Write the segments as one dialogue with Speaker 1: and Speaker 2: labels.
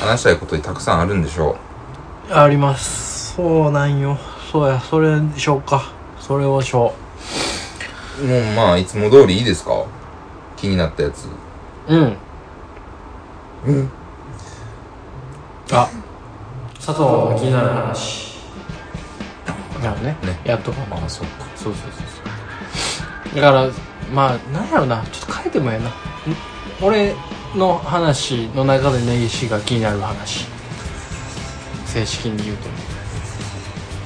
Speaker 1: 話したいことにたくさんあるんでしょ
Speaker 2: ありますそうなんよそうやそれしようかそれをしよ
Speaker 1: うもうまあいつも通りいいですか気になったやつ
Speaker 2: ううん
Speaker 1: うん
Speaker 2: あ佐藤の気になる話なるほどね
Speaker 1: ね
Speaker 2: やっとこう
Speaker 1: あそっか
Speaker 2: そうそうそうそうだからまあなんやろなちょっと書いてもええなん俺の話の中で根岸が気になる話正式に言うと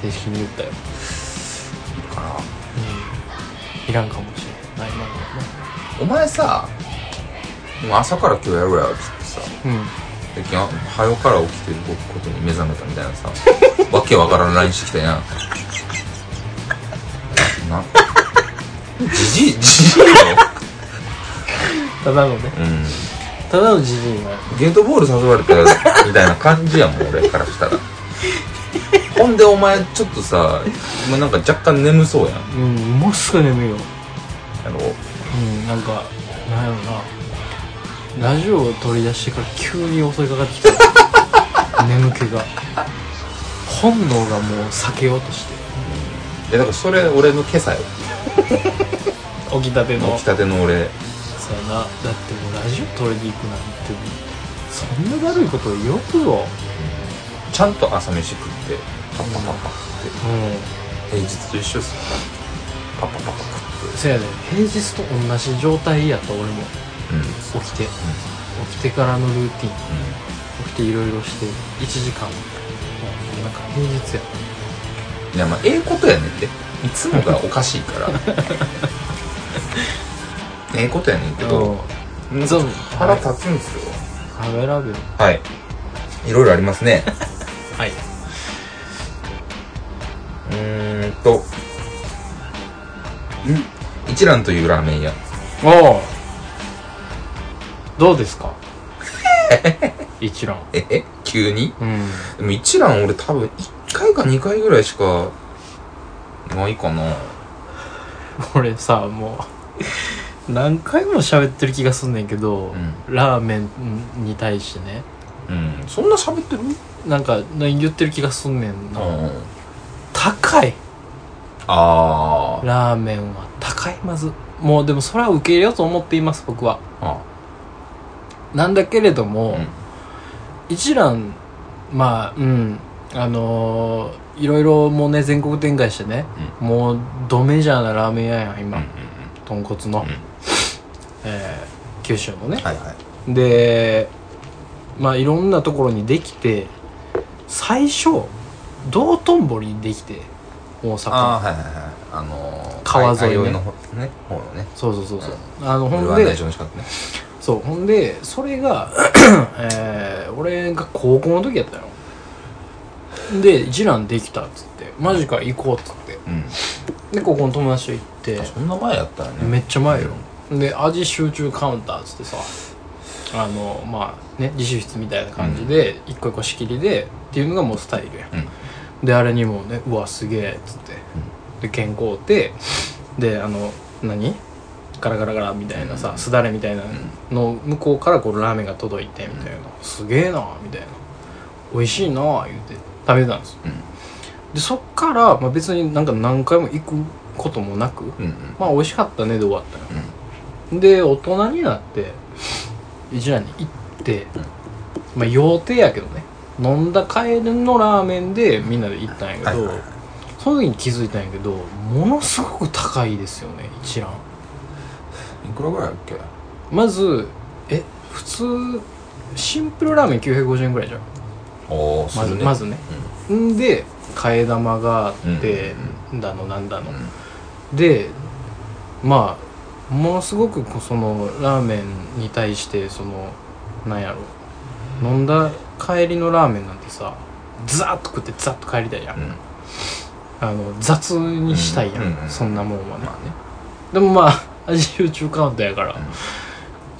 Speaker 2: 正式に言ったよ
Speaker 1: いいかない
Speaker 2: らんかもしれない今のは
Speaker 1: お前さもう朝から今日やろうやっつってさ
Speaker 2: ね
Speaker 1: 最近あ早うから起きてることに目覚めたみたいなさわけわからん LINE してきたやんなじじいじじいよ
Speaker 2: うんただのね
Speaker 1: うん
Speaker 2: ただのじじいな
Speaker 1: ゲートボール誘われたみたいな感じやもん俺からしたらほんでお前ちょっとさ今なんか若干眠そうやん
Speaker 2: うんもうすぐ眠いよ
Speaker 1: やろ
Speaker 2: うんなんかなんやろなラジオを取り出してから急に襲いかかってき た眠気が本能がもう避けようとして
Speaker 1: えだからそれ俺の今朝よ
Speaker 2: 起きたての
Speaker 1: 起きたての俺
Speaker 2: そうやなだってもうラジオ取りに行くなんてそんなだるいことよくぞ
Speaker 1: ちゃんと朝飯食ってパッパパッパ食って
Speaker 2: う
Speaker 1: 平日と一緒っすよパッパパッパ食
Speaker 2: ん
Speaker 1: って
Speaker 2: せやで平日と同じ状態やった俺も
Speaker 1: うん
Speaker 2: 起きて起きてからのルーティ
Speaker 1: う
Speaker 2: ン起きていろいろして1時間もうなんか平日や
Speaker 1: んいやまあええことやねんっていつもがおかしいから ええことやねんけど
Speaker 2: んそう
Speaker 1: 腹立つんですよ
Speaker 2: 食べらべよ
Speaker 1: はいいろいろあります ね
Speaker 2: はいう
Speaker 1: ーんとん一蘭というラーメン屋
Speaker 2: おおどうです か一覧
Speaker 1: ええ急に
Speaker 2: うん
Speaker 1: でも一蘭俺多分1回か2回ぐらいしかないかな
Speaker 2: 俺さもう何回も喋ってる気がすんねんけど、
Speaker 1: う
Speaker 2: ラーメンに対してね
Speaker 1: うんそんな喋ってる
Speaker 2: なんか言ってる気がすんねんな、
Speaker 1: うん
Speaker 2: 高い
Speaker 1: あー
Speaker 2: ラーメンは高いまずもうでもそれは受け入れようと思っています僕は
Speaker 1: あ
Speaker 2: なんだけれども、
Speaker 1: うん
Speaker 2: 一蘭まあうんあのーいろいろもうね全国展開してね、もうドメジャーなラーメン屋やん今、豚骨の、
Speaker 1: ん
Speaker 2: えー九州のね、
Speaker 1: はいはい
Speaker 2: でまあいろんなところにできて最初道頓堀にできて大
Speaker 1: あ
Speaker 2: 阪
Speaker 1: あはいはいはいあのー、
Speaker 2: 川沿い
Speaker 1: あ
Speaker 2: ね
Speaker 1: あの方ね方のね
Speaker 2: そうそうそうそう、あのほ
Speaker 1: 俺
Speaker 2: ん
Speaker 1: は内
Speaker 2: で
Speaker 1: 緒の近くね
Speaker 2: そうほんでそれが、えー俺が高校の時やったよで次男できたっつってマジか行こうっつって
Speaker 1: うん
Speaker 2: で高校の友達と行って
Speaker 1: あそんな前やったらね
Speaker 2: めっちゃ前よで味集中カウンターっつってさあのまあね自習室みたいな感じで一個一個仕切りでっていうのがもうスタイルや、であれにもねうわすげえっつって、で健康ってであの何ガラガラガラみたいなさ、すだれみたいなの向こうからこうラーメンが届いてみたいな、すげえなみたいな美味しいな言うて食べてたんですよ、
Speaker 1: うん
Speaker 2: でそっから、まあ、別になんか何回も行くこともなく、
Speaker 1: うんうん
Speaker 2: まあ美味しかったねで終わったよ、で大人になって一蘭に行って、まあ洋亭やけどね飲んだ帰りのラーメンでみんなで行ったんやけど、
Speaker 1: はいはいはい
Speaker 2: その時に気づいたんやけどものすごく高いですよね一蘭
Speaker 1: いくらぐらいだっけ
Speaker 2: まずえ普通シンプルラーメン950円ぐらいじゃん
Speaker 1: おお
Speaker 2: まず,、まずね、んで替え玉があって、だのなんだの、でまあものすごくこうそのラーメンに対してそのなんやろ飲んだ帰りのラーメンなんてさザーッと食ってザッと帰りたいやん、
Speaker 1: うん
Speaker 2: あの雑にしたいやん、
Speaker 1: うんうんうん
Speaker 2: そんなもんはね、
Speaker 1: まあね
Speaker 2: でもまあ 味集中カウンターやから、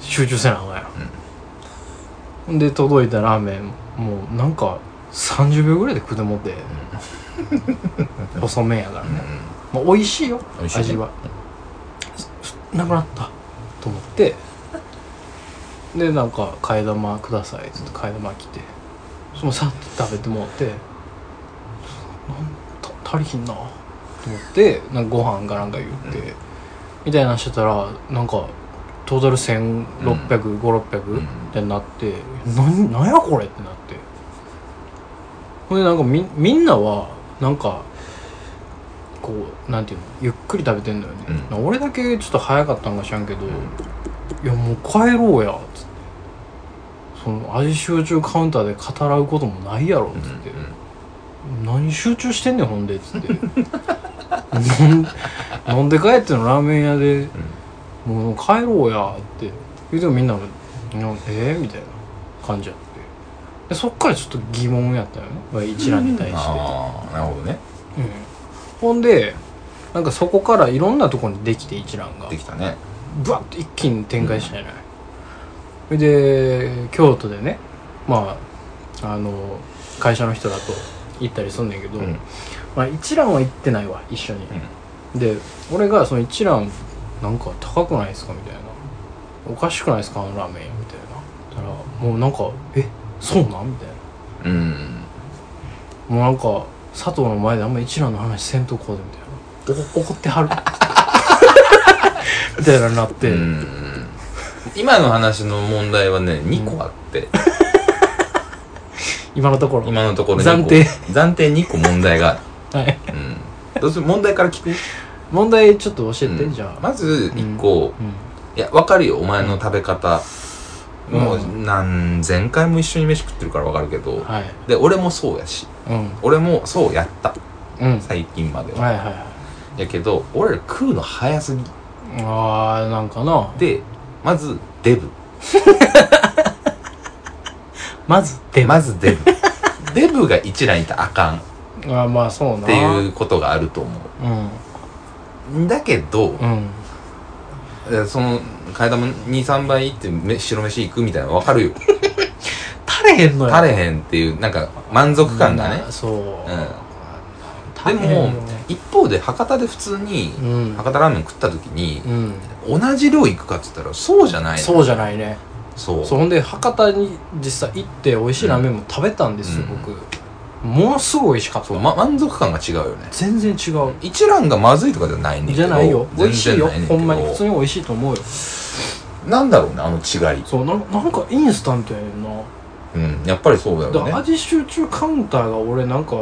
Speaker 2: 集中せなあかんやん、で届いたラーメンもうなんか30秒ぐらいで食うてもって、細麺やからね、まあ、美味しいよ
Speaker 1: 美味しいね
Speaker 2: 味は、なくなったと思ってでなんか替え玉くださいっつって替え玉来てそのさっと食べてもらってなんた足りひんなと思ってなんかご飯かなんか言って、みたいな話してたらなんかトータル1600600
Speaker 1: ん
Speaker 2: ってなって、なん、なんやこれってなってほんでなんかみみんなはなんかこうなんていうのゆっくり食べてんだよね、
Speaker 1: うん
Speaker 2: なんか俺だけちょっと早かったんか知らんけど、いやもう帰ろうやつってその味集中カウンターで語らうこともないやろつって、何集中してんねんほんでつって なん飲んで帰ってんのラーメン屋で、もう帰ろうやって言うてもみんながなんかえー、みたいな感じやってでそっからちょっと疑問やったよね一覧に対して、
Speaker 1: ああなるほどね
Speaker 2: うんほんでなんかそこからいろんなとこにできて一覧が
Speaker 1: できたね
Speaker 2: ブワッと一気に展開したじゃない、それで京都でねまああの会社の人らと行ったりすんねんけど、
Speaker 1: うん
Speaker 2: まあ、一蘭は行ってないわ一緒に、で俺がその一蘭なんか高くないですかみたいなおかしくないですかあのラーメンみたいなたらもうなんかえそうなんみたいな
Speaker 1: うん
Speaker 2: もうなんか佐藤の前であんま一蘭の話せんとこうでみたいなお怒ってはる みたいななって、
Speaker 1: うん今の話の問題はね2個あって
Speaker 2: 今のところ
Speaker 1: 今のところ
Speaker 2: 暫
Speaker 1: 二個
Speaker 2: 定
Speaker 1: 暫定2個問題がある
Speaker 2: はい
Speaker 1: うんどうする問題から聞く
Speaker 2: 問題ちょっと教えて、
Speaker 1: うん
Speaker 2: じゃあ、
Speaker 1: まず1個
Speaker 2: うん
Speaker 1: いやわかるよお前の食べ方
Speaker 2: うん
Speaker 1: もう何千回も一緒に飯食ってるからわかるけど
Speaker 2: はい
Speaker 1: で俺もそうやし
Speaker 2: うん
Speaker 1: 俺もそうやった
Speaker 2: うん
Speaker 1: 最近までは
Speaker 2: はいはいはい
Speaker 1: やけど俺ら食うの早すぎ
Speaker 2: あーなんかな
Speaker 1: でまずデブ
Speaker 2: まずで
Speaker 1: まず デブデブが一覧いたらあかんっ
Speaker 2: あーまあそうな
Speaker 1: ていううことがあると思
Speaker 2: うん
Speaker 1: うだけど、
Speaker 2: うん
Speaker 1: えその替え玉23杯いってめ白飯行くみたいなの分かるよ
Speaker 2: 垂れへんのよ
Speaker 1: 足れへんっていうなんか満足感がね
Speaker 2: うんそう、
Speaker 1: う
Speaker 2: 垂
Speaker 1: ん
Speaker 2: れ
Speaker 1: で
Speaker 2: へ
Speaker 1: も
Speaker 2: んよね
Speaker 1: 一方で博多で普通に
Speaker 2: うん
Speaker 1: 博多ラーメン食った時に
Speaker 2: うん
Speaker 1: 同じ量行くかっつったらそうじゃないの
Speaker 2: そうじゃないね
Speaker 1: そう
Speaker 2: そうほんで博多に実際行って美味しいラーメンも食べたんです
Speaker 1: う
Speaker 2: よ、
Speaker 1: ん
Speaker 2: 僕ものすごい美味しかった、
Speaker 1: そうま満足感が違うよね
Speaker 2: 全然違う
Speaker 1: 一蘭がまずいとかじゃないねんけ
Speaker 2: じ
Speaker 1: ど
Speaker 2: ゃないよ美味しいよ
Speaker 1: 全然なねけ
Speaker 2: ほ
Speaker 1: ど
Speaker 2: んまに普通に美味しいと思うよ
Speaker 1: なんだろうねあの違い
Speaker 2: そうななんかインスタントやねんな
Speaker 1: うんやっぱりそうだ
Speaker 2: だから
Speaker 1: よね
Speaker 2: 味集中カウンターが俺なんか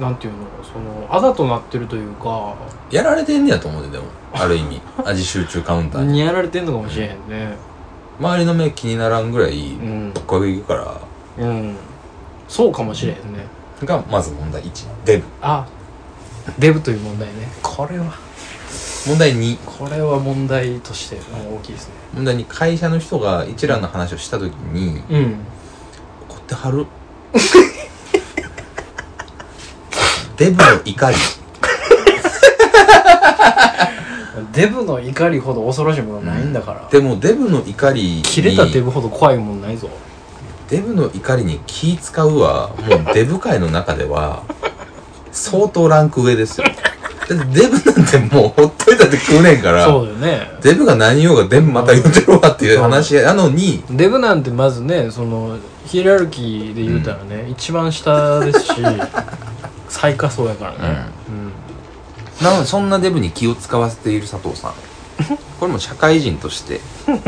Speaker 2: なんていうのそのあだとなってるというか
Speaker 1: やられてんねやと思うででもある意味味集中カウンターに
Speaker 2: にやられてんのかもしれへんね
Speaker 1: 周りの目気にならんぐらい
Speaker 2: うん
Speaker 1: どっか行くから
Speaker 2: うんそうかもしれへんね
Speaker 1: がまず問題1デブ
Speaker 2: あデブという問題ね
Speaker 1: これは問題2
Speaker 2: これは問題としてもう大きいですね
Speaker 1: 問題2会社の人が一蘭の話をした時に
Speaker 2: うん
Speaker 1: 怒っては るデブの怒り
Speaker 2: デブの怒りほど恐ろしいものはないんだから、
Speaker 1: でもデブの怒りに
Speaker 2: 切れたデブほど怖いもんないぞ
Speaker 1: デブの怒りに気使うはもうデブ界の中では相当ランク上ですよだってデブなんてもうほっといたって食うねんから
Speaker 2: そうだよね
Speaker 1: デブが何言おうがデブまた言ってるわっていう話やのに
Speaker 2: デブなんてまずねそのヒエラルキーで言うたらね、一番下ですし 最下層やからねうん、
Speaker 1: なのでそんなデブに気を使わせている佐藤 さんこれも社会人としてもう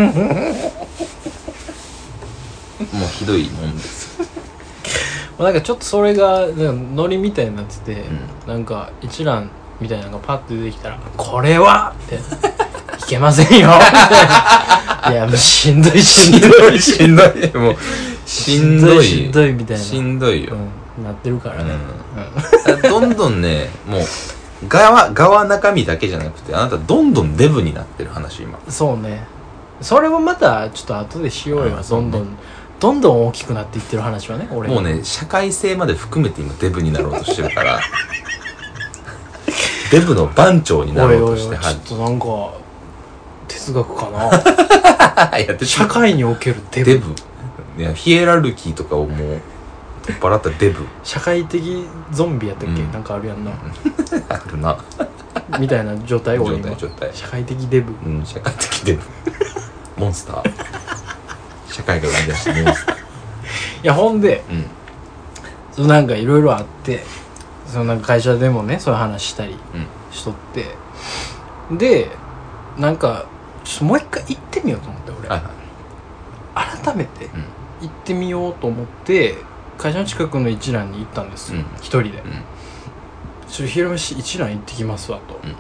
Speaker 1: ひどいもんです
Speaker 2: まあ、なんかちょっとそれがなんかノリみたいになってて、
Speaker 1: う
Speaker 2: なんか一覧みたいなのがパッて出てきたら「これは!」って「いけませんよ」 みたいな「いやもうしんどいしんどい
Speaker 1: しんどいもうしんどい
Speaker 2: しんどい」みたいな
Speaker 1: しんどいよ、
Speaker 2: うん、なってるからね、
Speaker 1: うんどんどんねもう側側中身だけじゃなくてあなたどんどんデブになってる話今
Speaker 2: そうねそれもまたちょっと後でしようよ、
Speaker 1: うん
Speaker 2: どんどん、どんどん大きくなっていってる話はね俺
Speaker 1: もうね社会性まで含めて今デブになろうとしてるから デブの番長にな
Speaker 2: おい
Speaker 1: ろう
Speaker 2: お
Speaker 1: と
Speaker 2: い
Speaker 1: し
Speaker 2: お
Speaker 1: て
Speaker 2: いち
Speaker 1: は
Speaker 2: ょっとなんか 哲学かな
Speaker 1: いやって
Speaker 2: 社会におけるデブ
Speaker 1: デブいやヒエラルキーとかをもう取っ払ったデブ
Speaker 2: 社会的ゾンビやったっけ、
Speaker 1: うん
Speaker 2: なんかあるやんな、
Speaker 1: あるな
Speaker 2: みたいな状態俺
Speaker 1: 状
Speaker 2: 今
Speaker 1: 態状態
Speaker 2: 社会的デブ
Speaker 1: うん社会的デブモンスター社会が生み出したモンスター
Speaker 2: いやほんで
Speaker 1: うん
Speaker 2: そうなんかいろいろあってそのなんか会社でもねそういう話したり
Speaker 1: うん
Speaker 2: しとって、でなんかちょっともう一回行ってみようと思って俺
Speaker 1: はいは
Speaker 2: 改めて行ってみようと思って会社の近くの一蘭に行ったんですよ、
Speaker 1: うん
Speaker 2: 一人で、
Speaker 1: ん
Speaker 2: ちょっと昼飯一蘭行ってきますわと、
Speaker 1: うん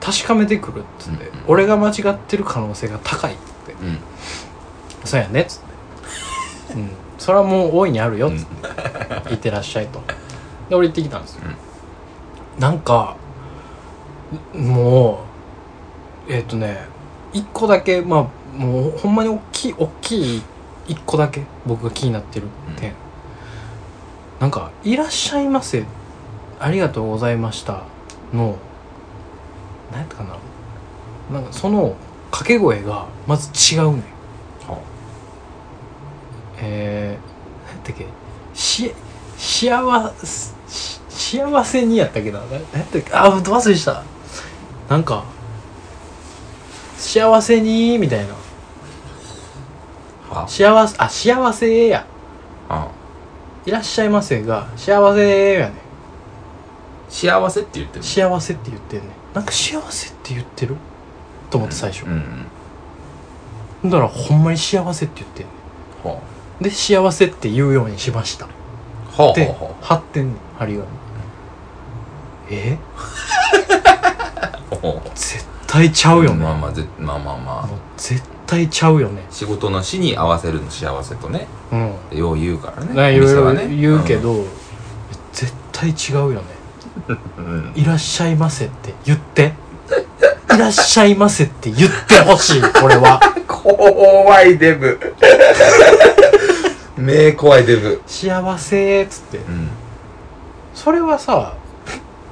Speaker 2: 確かめてくるっつって、
Speaker 1: うんうん
Speaker 2: 俺が間違ってる可能性が高いっつって
Speaker 1: いうん
Speaker 2: 「そうやね」っつって「うんそれはもう大いにあるよ」っつって「行ってらっしゃい」とで俺行ってきたんですよ、なんかもうえっ、とね一個だけまあもうほんまに大きい大きい一個だけ僕が気になってる点、なんか「いらっしゃいませありがとうございました」の何やったかななんかその掛け声がまず違うねん
Speaker 1: は
Speaker 2: えー、なんだっけし幸せし幸せにやったっけなななんだっけあー忘れしたなんか幸せにみたいな
Speaker 1: は
Speaker 2: 幸せあ幸せや
Speaker 1: あ
Speaker 2: いらっしゃいませが幸せやね
Speaker 1: 幸せって言ってる
Speaker 2: 幸せって言ってんねなんか幸せって言ってると思って最初、
Speaker 1: うんうん
Speaker 2: だからほんまに幸せって言ってんね
Speaker 1: は
Speaker 2: で幸せって言うようにしました
Speaker 1: あは
Speaker 2: で
Speaker 1: あは
Speaker 2: 貼ってんねん貼り紙え
Speaker 1: あはあ
Speaker 2: 絶対ちゃうよね、
Speaker 1: まあまあぜまあまあま
Speaker 2: も
Speaker 1: あ
Speaker 2: う絶対ちゃうよね
Speaker 1: 仕事の死に合わせるの幸せとね
Speaker 2: うん
Speaker 1: よう言うからね
Speaker 2: い
Speaker 1: お店
Speaker 2: ろ
Speaker 1: はい
Speaker 2: ろ
Speaker 1: ね
Speaker 2: 言うけど、絶対違うよね
Speaker 1: うんうん
Speaker 2: 「いらっしゃいませ」って言って 「いらっしゃいませ」って言ってほしいこれは
Speaker 1: 怖いデ ブ目怖いデブ
Speaker 2: 幸せっつって
Speaker 1: うん
Speaker 2: それはさ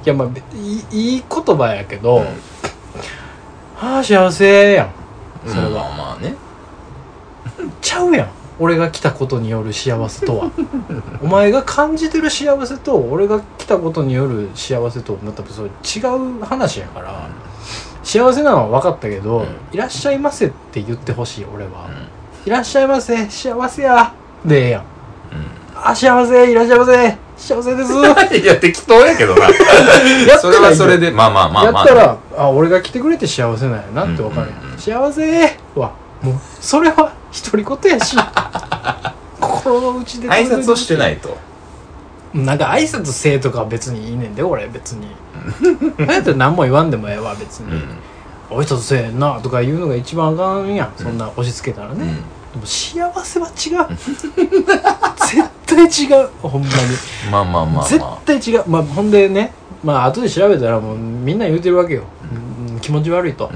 Speaker 2: いやまあべいいいい言葉やけど、
Speaker 1: うん
Speaker 2: ああ幸せやんそれは
Speaker 1: まあまあね
Speaker 2: ちゃうやん俺が来たことによる幸せ とはお前が感じてる幸せと俺が来たことによる幸せとまたそれ違う話やから、幸せなのは分かったけど、
Speaker 1: うん
Speaker 2: いらっしゃいませって言ってほしい俺は、
Speaker 1: うん
Speaker 2: いらっしゃいませ幸せやでええやん
Speaker 1: う
Speaker 2: あ幸せいらっしゃいませ幸せで すやっ
Speaker 1: んいや適当やけどな それはそれでまあまあまあまあ
Speaker 2: やったら、あ俺が来てくれて幸せなんやなって分かるやん、
Speaker 1: うんうんうん
Speaker 2: 幸せはもうそれは独り 言やし心の内で
Speaker 1: 挨拶をしてないいと
Speaker 2: なんか挨拶せえとかは別にいいねんで俺別 になんやったら何も言わんでもええわ別
Speaker 1: う
Speaker 2: に、
Speaker 1: ん
Speaker 2: おいとせえなとか言うのが一番あかんやんそんな押し付けたらね、
Speaker 1: うん
Speaker 2: でも幸せは 違う絶対違うほんまに、
Speaker 1: まあまあまあま
Speaker 2: 絶対違うまあほんでねまあ後で調べたらもうみんな言うてるわけよ、うん気持ち悪い と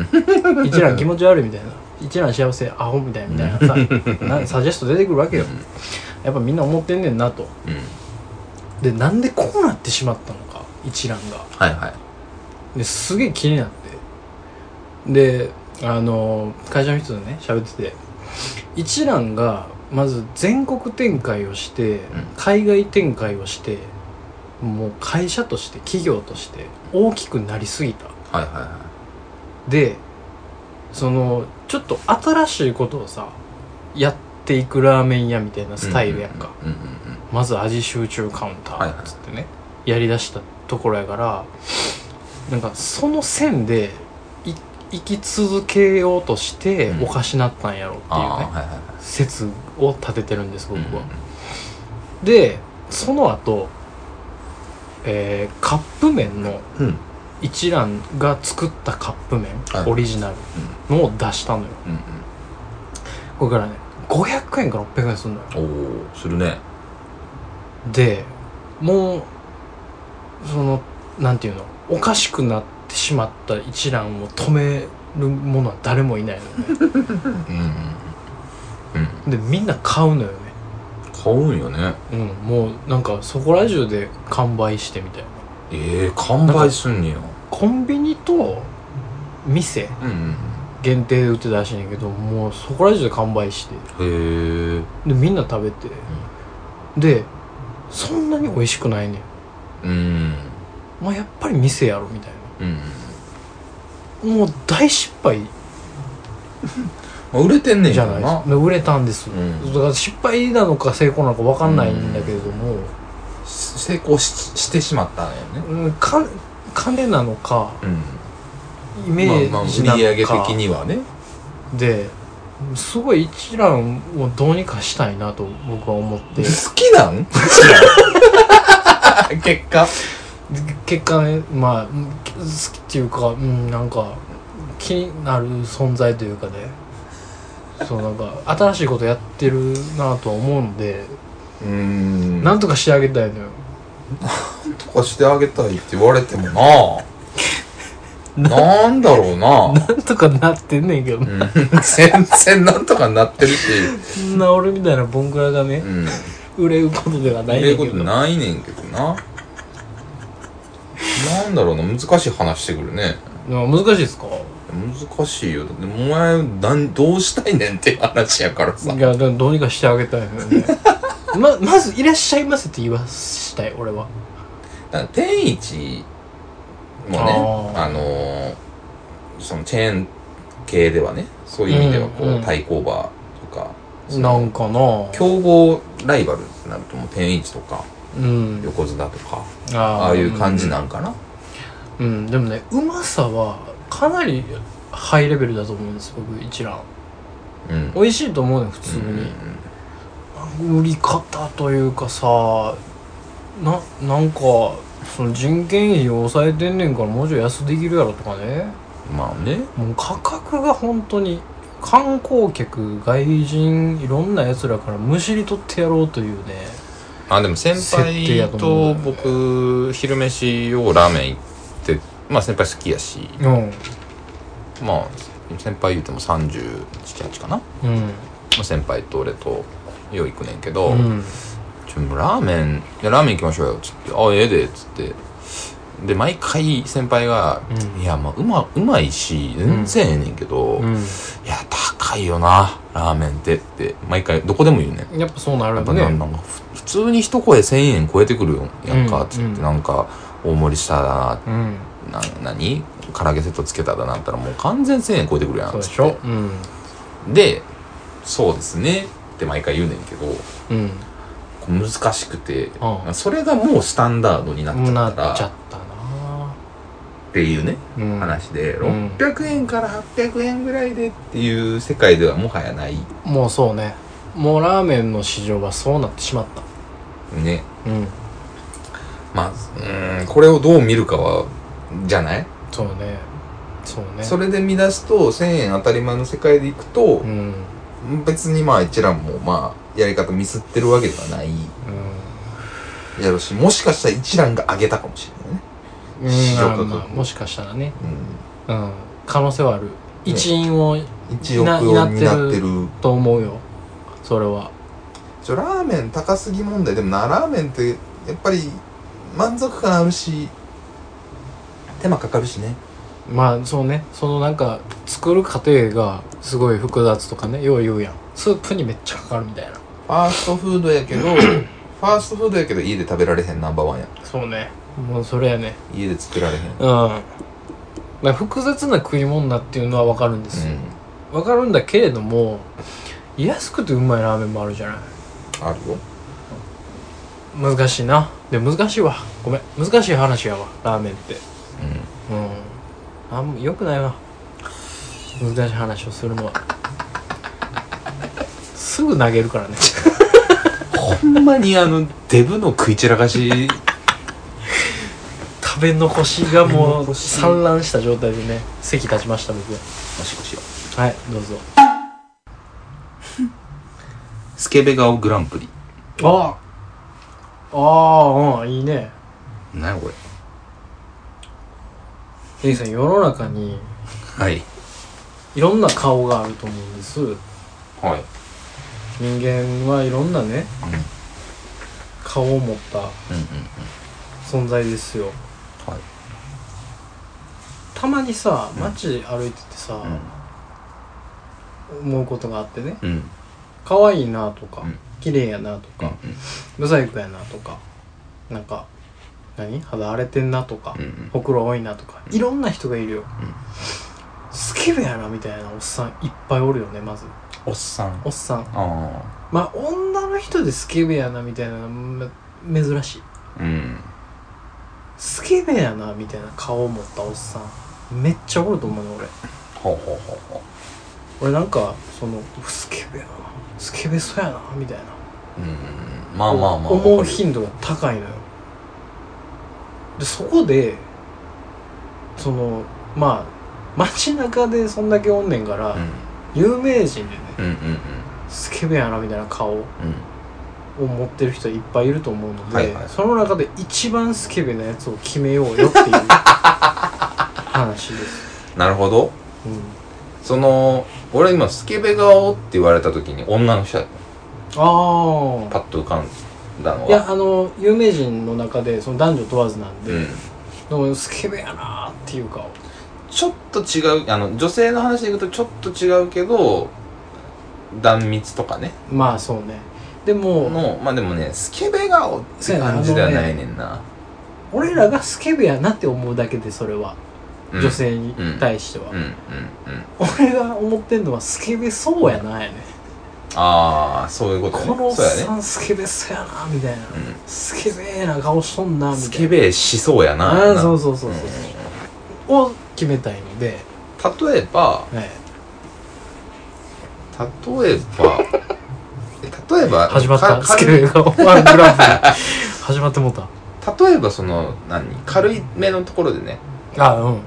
Speaker 2: 一覧気持ち悪いみたいな一覧幸せアホみたいなみたい なさなサジェスト出てくるわけよ、やっぱみんな思ってんねんなと
Speaker 1: あうん
Speaker 2: でなんでこうなってしまったのか一覧が
Speaker 1: はいはい
Speaker 2: ですげえ気になってであの会社の人とね喋ってて一蘭がまず全国展開をして、
Speaker 1: ん
Speaker 2: 海外展開をしてもう会社として企業として大きくなりすぎた
Speaker 1: はいはいは
Speaker 2: でそのちょっと新しいことをさやっていくラーメン屋みたいないスタイルやんか、
Speaker 1: うんうんうん
Speaker 2: まず味集中カウンタ
Speaker 1: はいは
Speaker 2: ー
Speaker 1: い
Speaker 2: っつってね、やりだしたところやからなんかその線でい生き続けようとして
Speaker 1: うん
Speaker 2: おかしなったんやろって
Speaker 1: ああ
Speaker 2: いうね、
Speaker 1: はいはいはい
Speaker 2: 説を立ててるんです僕
Speaker 1: うんうん
Speaker 2: は、でその後、えーカップ麺の
Speaker 1: うんうん
Speaker 2: 一蘭が作ったカップ麺、
Speaker 1: はい
Speaker 2: オリジナルのを出したのよこれからね500円か600円するのよ
Speaker 1: うんおおするね
Speaker 2: でもうそのなんていうのおかしくなってしまった一覧を止めるものは誰もいないのね
Speaker 1: うんうんうん
Speaker 2: でみんな買うのよね
Speaker 1: 買うんよね
Speaker 2: うんもうなんかそこら中で完売してみたいな
Speaker 1: ええ完売すんねや
Speaker 2: コンビニと店
Speaker 1: うんうん
Speaker 2: 限定で売ってたらしいんやけどもうそこら中で完売して
Speaker 1: うんへえ
Speaker 2: でみんな食べて、でそんなに美味しくないねん
Speaker 1: うん
Speaker 2: まあやっぱり店やろみたいな
Speaker 1: うん
Speaker 2: もう大失敗
Speaker 1: まあ売れてんねん
Speaker 2: じ
Speaker 1: け
Speaker 2: ゃ
Speaker 1: ど
Speaker 2: ない
Speaker 1: な
Speaker 2: です売れたんです、
Speaker 1: うん
Speaker 2: だから失敗なのか成功なのか分かんないんだけれども、
Speaker 1: 成功ししてしまったのよね
Speaker 2: うん、かん金なのか
Speaker 1: うん
Speaker 2: イメージ
Speaker 1: まあまあ売
Speaker 2: なのか、
Speaker 1: り上げ的にはね
Speaker 2: ですごい一蘭をどうにかしたいなと僕は思って
Speaker 1: 好きなん 結果
Speaker 2: 結果ねまあうん好きっていうかうんなんか気になる存在というかねそうなんか新しいことやってるなとは思うんで、
Speaker 1: うーん
Speaker 2: なんとか仕上げたいのよ
Speaker 1: とかしてあげたいって言われても ななんだろう な
Speaker 2: なんとかなってんねんけど、
Speaker 1: うん 全然なんとかなってるし、
Speaker 2: そんな俺みたいなボンクラがね
Speaker 1: うん、
Speaker 2: 売れることではない
Speaker 1: 言え
Speaker 2: ね
Speaker 1: る
Speaker 2: んけ
Speaker 1: こ
Speaker 2: ど
Speaker 1: とないねんけどななんだろうな難しい話してくるね
Speaker 2: でも難しいですか
Speaker 1: 難しいよだってお前なんどうしたいねんって話やからさ
Speaker 2: いやでもどうにかしてあげたいのよ ねままず「いらっしゃいませ」って言わしたい俺は
Speaker 1: だから天一もね
Speaker 2: あー
Speaker 1: あのーそのチェーン系ではねそういう意味ではこう、
Speaker 2: うんうん
Speaker 1: 対抗馬とかその
Speaker 2: なんかな
Speaker 1: 競合ライバルってなるともう天一とか
Speaker 2: うん
Speaker 1: 横綱とか
Speaker 2: あ
Speaker 1: ああいう感じなんかな
Speaker 2: うん、うんでもねうまさはかなりハイレベルだと思うんです僕一覧
Speaker 1: うん、うん
Speaker 2: 美味しいと思うね普通に、売り方というかさななんかその人件費を抑えてんねんからもうちょい安できるやろとかね
Speaker 1: まあね
Speaker 2: もう価格が本当に観光客外人いろんなやつらからむしり取ってやろうというね
Speaker 1: あでも先
Speaker 2: 設定や
Speaker 1: 輩
Speaker 2: と思
Speaker 1: と
Speaker 2: うんだよね
Speaker 1: 僕昼飯をラーメン行ってまあ先輩好きやし
Speaker 2: う
Speaker 1: まあ先輩言うても378かな、ま
Speaker 2: んうん
Speaker 1: あ、先輩と俺とよう行くねんけど、
Speaker 2: うん
Speaker 1: ちょもうラーメンいやラーメン行きましょうよ」っつって「あええで」っつってで毎回先輩が「
Speaker 2: うん
Speaker 1: いやまあうまうまいし全然ええねんけど、
Speaker 2: う
Speaker 1: いや高いよなラーメンって」って毎回どこでも言うねん
Speaker 2: んやっぱそうなる
Speaker 1: やっ
Speaker 2: よ
Speaker 1: ぱな
Speaker 2: ね
Speaker 1: なんかふ普通に一声1000円超えてくるやんか
Speaker 2: うん
Speaker 1: っつって、
Speaker 2: うん
Speaker 1: なんか大盛りしただ
Speaker 2: うん
Speaker 1: なな何唐揚げセットつけただなったらもう完全1000円超えてくるやん
Speaker 2: そうで
Speaker 1: つって
Speaker 2: しょうん
Speaker 1: でそうですねって毎回言うねんけど
Speaker 2: うん
Speaker 1: こう難しくて、
Speaker 2: うん
Speaker 1: それがもうスタンダードになっ
Speaker 2: もう
Speaker 1: ちゃ
Speaker 2: な
Speaker 1: っ
Speaker 2: った
Speaker 1: ら
Speaker 2: ちゃったな
Speaker 1: っていうね
Speaker 2: うん
Speaker 1: 話で、
Speaker 2: うん
Speaker 1: 600円から800円ぐらいでっていう世界ではもはやない
Speaker 2: もうそうねもうラーメンの市場はそうなってしまった
Speaker 1: ね
Speaker 2: うん
Speaker 1: まあうーんこれをどう見るかはじゃない
Speaker 2: そうねそうね
Speaker 1: それで見出すと1000円当たり前の世界でいくと
Speaker 2: う、んうん
Speaker 1: 別にまあ一覧もまあやり方ミスってるわけではないやろしもしかしたら一覧が上げたかもしれないね、
Speaker 2: うん
Speaker 1: 市場価格
Speaker 2: まあもしかしたらねうん可能性はある一員を
Speaker 1: うん、1億
Speaker 2: な
Speaker 1: を担
Speaker 2: 担
Speaker 1: っ
Speaker 2: ってて
Speaker 1: る
Speaker 2: と思うよそれは
Speaker 1: ちょラーメン高すぎ問題でもなラーメンってやっぱり満足感あるし手間かかるしね
Speaker 2: まあそうねそのなんか作る過程がすごい複雑とかねよう言うやんスープにめっちゃかかるみたいな
Speaker 1: ファーストフードやけ どファーストフードやけど家で食べられへんナンバーワンや
Speaker 2: そうねもうそれやね
Speaker 1: 家で作られへんう
Speaker 2: うんだから複雑な食い物だっていうのはわかるんですよ、
Speaker 1: ん
Speaker 2: わかるんだけれども安くてうまいラーメンもあるじゃない
Speaker 1: あるよ
Speaker 2: 難しいなでも難しいわごめん難しい話やわラーメンって
Speaker 1: う
Speaker 2: うんあんよくないわ難しい話をするのはすぐ投げるからね
Speaker 1: んほんまにあのデブの食い散らかし
Speaker 2: 食べ残しがも
Speaker 1: 食べ残
Speaker 2: う
Speaker 1: し
Speaker 2: 散乱した状態でね席立ちました僕は
Speaker 1: もしもしよ
Speaker 2: はいどうぞ
Speaker 1: スケベ顔グランプリ
Speaker 2: ああああうんいいね
Speaker 1: 何やこれ
Speaker 2: エリさん世の中に
Speaker 1: はい
Speaker 2: いろんな顔があると思うんです
Speaker 1: はい
Speaker 2: 人間はいろんなね
Speaker 1: うん
Speaker 2: 顔を持った
Speaker 1: うんうん
Speaker 2: 存在ですよ
Speaker 1: はい
Speaker 2: たまにさ街歩いててさ、思うことがあってね
Speaker 1: うんうん
Speaker 2: 可愛いなとか、
Speaker 1: うん
Speaker 2: 綺麗やなとか、ブサイクやなとかなんか何肌荒れてんなとか、
Speaker 1: うんうん
Speaker 2: ほくろ多いなとかいろんな人がいるよ、スケベやなみたいなおっさんいっぱいおるよねまず
Speaker 1: おっさん
Speaker 2: おっさん
Speaker 1: あ
Speaker 2: まあ女の人でスケベやなみたいなのはま珍しい
Speaker 1: あうん
Speaker 2: スケベやなみたいな顔を持ったおっさんめっちゃおると思うね俺
Speaker 1: ほうほうほうほ
Speaker 2: 俺なんかそのスケベやなスケベそうやなみたいな
Speaker 1: ううんまあまあまあ
Speaker 2: 思う
Speaker 1: わかる
Speaker 2: 頻度が高いのよでそこでそのまあ街中でそんだけおんねんから、有名人でね
Speaker 1: うんうんうん
Speaker 2: スケベやなみたいな顔を
Speaker 1: うん
Speaker 2: 持ってる人いっぱいいると思うので、
Speaker 1: はいはい
Speaker 2: その中で一番スケベなやつを決めよう よっていう話です、
Speaker 1: うんなるほど
Speaker 2: うん、
Speaker 1: その俺今スケベ顔って言われた時に女の人や
Speaker 2: あ
Speaker 1: パッと浮かんだの
Speaker 2: あ
Speaker 1: が
Speaker 2: いやあの有名人の中でその男女問わずなんで、
Speaker 1: うん
Speaker 2: でもスケベやなっていう顔
Speaker 1: ちょっと違うあの女性の話でいくとちょっと違うけど断密とかね
Speaker 2: まあそうねでも、
Speaker 1: のまあでもねスケベ顔って感じではないねんな、
Speaker 2: 俺らがスケベやなって思うだけでそれは、
Speaker 1: うん
Speaker 2: 女性に対しては、
Speaker 1: うんうんうん
Speaker 2: 俺が思ってんのはスケベそうやなやね
Speaker 1: ああそういうことね
Speaker 2: このおっ
Speaker 1: そうや
Speaker 2: さ
Speaker 1: ね、
Speaker 2: んスケベそうやなみたいな、
Speaker 1: うん
Speaker 2: スケベーな顔しとんなみたいな
Speaker 1: スケベしそうやな
Speaker 2: ああそう
Speaker 1: そ
Speaker 2: そうそうそうそう、を決めたいので、
Speaker 1: 例えば
Speaker 2: ね、
Speaker 1: 例え ばえ例えば
Speaker 2: 始まった
Speaker 1: か
Speaker 2: スケ
Speaker 1: 軽い
Speaker 2: ベがワングランプリ 始まってもうた
Speaker 1: 例えばその何軽い目のところでね
Speaker 2: あうん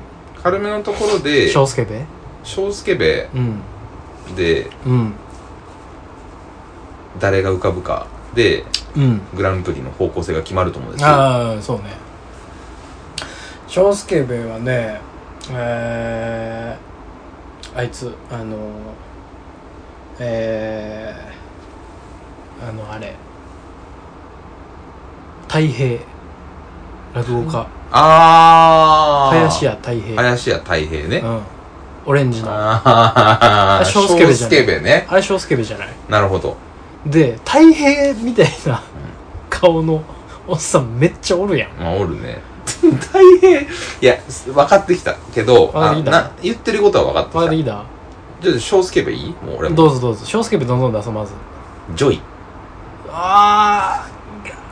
Speaker 1: 軽めのところで
Speaker 2: 小スケベ
Speaker 1: 小スケベ
Speaker 2: うん
Speaker 1: で
Speaker 2: うん
Speaker 1: 誰が浮かぶかで
Speaker 2: うん
Speaker 1: グランプリの方向性が決まると思うんですよ
Speaker 2: ああそうね翔助兵衛はねえー、あいつあのえー、あのあれ太平落語家
Speaker 1: あー
Speaker 2: 林家太平、
Speaker 1: 林家太平ね
Speaker 2: うん、オレンジのあ
Speaker 1: ああ
Speaker 2: あ小スケベじゃ
Speaker 1: 小
Speaker 2: ない
Speaker 1: スケベね
Speaker 2: れ翔助兵衛じゃない
Speaker 1: なるほど
Speaker 2: で太平みたいな顔のおっさんめっちゃおるやん
Speaker 1: まあおるね 太平いやす分かってきたけど
Speaker 2: かってきた
Speaker 1: あな言ってることは分かって
Speaker 2: まあ
Speaker 1: き
Speaker 2: リーダ
Speaker 1: たじゃあ小スケベいいもう俺
Speaker 2: ー
Speaker 1: も
Speaker 2: どうぞどうぞ翔助兵衛どんどん出そうまず
Speaker 1: ジョイ
Speaker 2: あ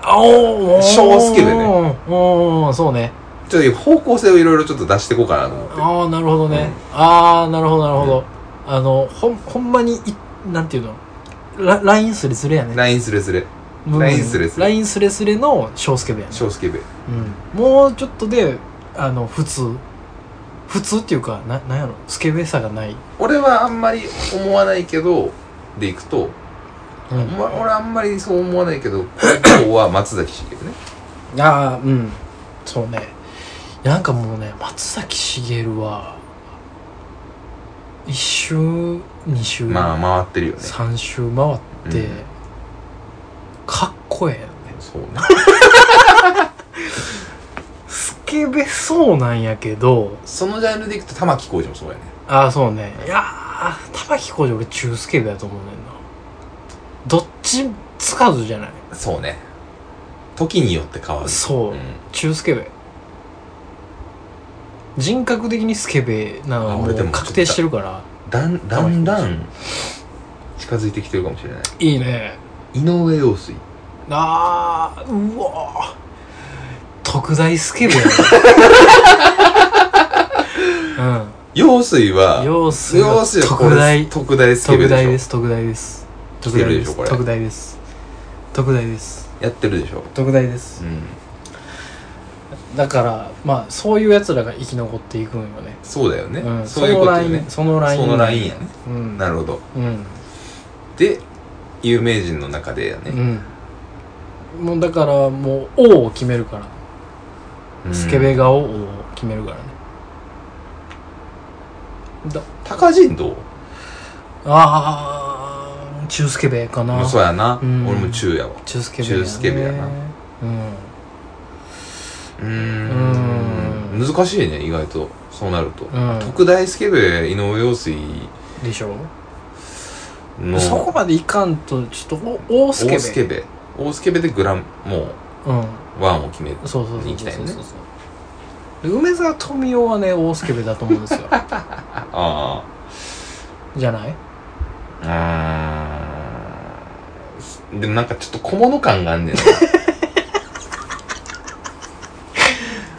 Speaker 2: あおお
Speaker 1: 小スケベね
Speaker 2: おおそうね
Speaker 1: ちょっと方向性をいろいろちょっと出していこうかなと思って
Speaker 2: ああなるほどね、
Speaker 1: うん
Speaker 2: ああなるほどなるほど、あのほんほんまにいなんていうのララインスレスレやね
Speaker 1: ラインスレスレ
Speaker 2: うん
Speaker 1: ラインスレスレ
Speaker 2: ラインスレスレの小スケベやね、
Speaker 1: 小スケベ
Speaker 2: うん、もうちょっとであの普通普通っていうかななんやろスケベさがない、
Speaker 1: 俺はあんまり思わないけどでいくと、
Speaker 2: うん
Speaker 1: お前俺あんまりそう思わないけど今日は松崎しげるね
Speaker 2: ああうんそうねなんかもうね松崎しげるは1周2周、
Speaker 1: まあ回ってるよね
Speaker 2: 3周回って、
Speaker 1: うん
Speaker 2: かっこええよね
Speaker 1: そうね
Speaker 2: スケベそうなんやけど
Speaker 1: そのジャンルでいくと玉置浩二もそうやね
Speaker 2: ああそうねいやー玉置浩二俺中スケベやと思うねんなどっちつかずじゃない
Speaker 1: そうね時によって変わる
Speaker 2: そう、
Speaker 1: うん
Speaker 2: 中スケベ人格的にスケベなのは
Speaker 1: あ
Speaker 2: も
Speaker 1: 俺で
Speaker 2: う
Speaker 1: も
Speaker 2: 確定してるから
Speaker 1: だんだん
Speaker 2: 玉
Speaker 1: だ
Speaker 2: 置
Speaker 1: ん近づいてきてるかもしれない
Speaker 2: いいね
Speaker 1: 井上陽水
Speaker 2: あーうわー特大スケベや な
Speaker 1: 陽水
Speaker 2: う
Speaker 1: は
Speaker 2: ん様子
Speaker 1: 陽水はこれ特
Speaker 2: 特大
Speaker 1: 大スケベ
Speaker 2: 特大
Speaker 1: で
Speaker 2: で
Speaker 1: し
Speaker 2: す特大です
Speaker 1: 来
Speaker 2: 特
Speaker 1: て
Speaker 2: 大
Speaker 1: る
Speaker 2: で
Speaker 1: でしょ
Speaker 2: す
Speaker 1: これ
Speaker 2: 特大です特大です
Speaker 1: ょやってるでしょ
Speaker 2: 特大で
Speaker 1: う
Speaker 2: す
Speaker 1: ん
Speaker 2: だからまあそういうやつらが生き残っていくんよね
Speaker 1: そうだよね、
Speaker 2: うん
Speaker 1: そういうことよね
Speaker 2: そのライン
Speaker 1: そのラインやね
Speaker 2: うん
Speaker 1: なるほど
Speaker 2: うん
Speaker 1: で有名人の中でやね、
Speaker 2: うんもうだからもう王を決めるから、
Speaker 1: うん
Speaker 2: スケベ顔を決めるからねだ
Speaker 1: 高人どう
Speaker 2: ああ中スケベかな
Speaker 1: そうやな、
Speaker 2: うん
Speaker 1: 俺も中やわ
Speaker 2: 中スケベ
Speaker 1: 中スケベやな
Speaker 2: うん
Speaker 1: うーん難しいね意外とそうなると、
Speaker 2: うん
Speaker 1: 特大スケベ井上陽水
Speaker 2: でしょ
Speaker 1: の
Speaker 2: そこまでいかんとちょっとお大スケベ
Speaker 1: 大スケベ大スケベでグランも
Speaker 2: うん
Speaker 1: うワンを決める
Speaker 2: そうそうそうそう
Speaker 1: 行きたいね
Speaker 2: そうそうそうで梅沢富美男はね大スケベだと思うんで すよ
Speaker 1: ああ
Speaker 2: じゃない
Speaker 1: あーでもなんかちょっと小物感があんねんな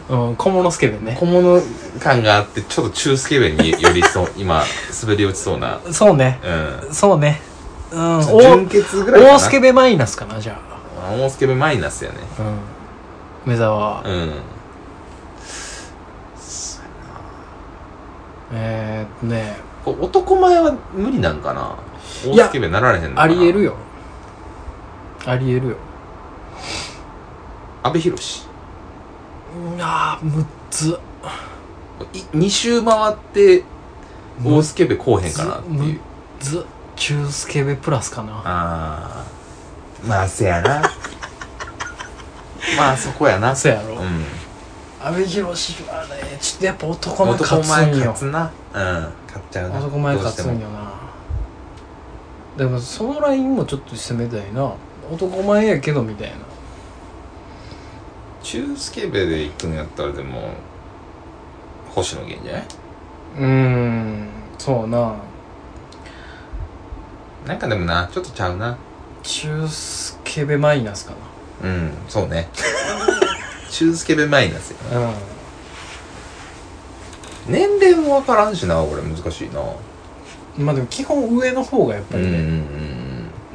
Speaker 2: うん、小物スケベね
Speaker 1: 小物感があってちょっと中スケベによりそう今滑り落ちそうな
Speaker 2: そうね
Speaker 1: うん
Speaker 2: そうねうん
Speaker 1: 純潔ぐらいかな
Speaker 2: 大スケベマイナスかなじゃ
Speaker 1: 大スケベマイナスやね
Speaker 2: あ、うん、梅沢、
Speaker 1: うん
Speaker 2: えー、っとね
Speaker 1: これ男前は無理なんかな
Speaker 2: や
Speaker 1: 大スケベなられへんのかな
Speaker 2: ありえる
Speaker 1: よ
Speaker 2: よありえるよ
Speaker 1: 阿部寛
Speaker 2: うんあーむず
Speaker 1: い二周回って
Speaker 2: む
Speaker 1: 大スケベこうへんかなって
Speaker 2: む
Speaker 1: い
Speaker 2: む
Speaker 1: う
Speaker 2: ず中スケベプラスかな
Speaker 1: ああまあせやなまあそこやな
Speaker 2: そうやろ
Speaker 1: うん
Speaker 2: 阿部寛はねちょっとやっぱ男前
Speaker 1: 男
Speaker 2: 勝つ
Speaker 1: 前
Speaker 2: んよ
Speaker 1: 勝つなうん勝っちゃうな
Speaker 2: 男前勝つん
Speaker 1: よ
Speaker 2: よなでもそのラインもちょっと攻めたいな男前やけどみたいな
Speaker 1: 中スケベで行くんやったらでも星野源じゃないう
Speaker 2: ーんそうな
Speaker 1: なんかでもなちょっとちゃうな
Speaker 2: 中スケベマイナスか
Speaker 1: うんそう ね中スケベマイナスやな
Speaker 2: なうん
Speaker 1: 年齢も分からんしな俺難しいな
Speaker 2: まあでも基本上の方がやっぱ
Speaker 1: うん
Speaker 2: り
Speaker 1: うんう
Speaker 2: ね
Speaker 1: ん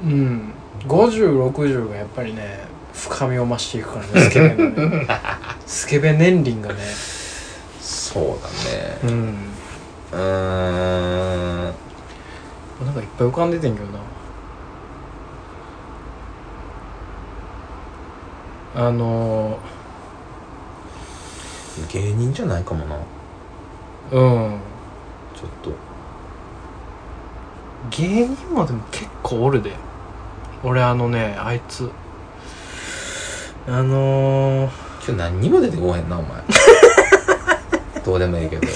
Speaker 2: うん、5060がやっぱりね深みを増していくからねスケベが ねスケベ年輪がね
Speaker 1: そうだね
Speaker 2: うん
Speaker 1: うーん
Speaker 2: なんかいっぱい浮かんでてんけどなあの
Speaker 1: 芸人じゃないかもな
Speaker 2: ーうん
Speaker 1: ちょっと
Speaker 2: 芸人もでも結構おるで俺あのねあいつあのー、
Speaker 1: 今日何にも出てこへんなお 前どうでもいいけど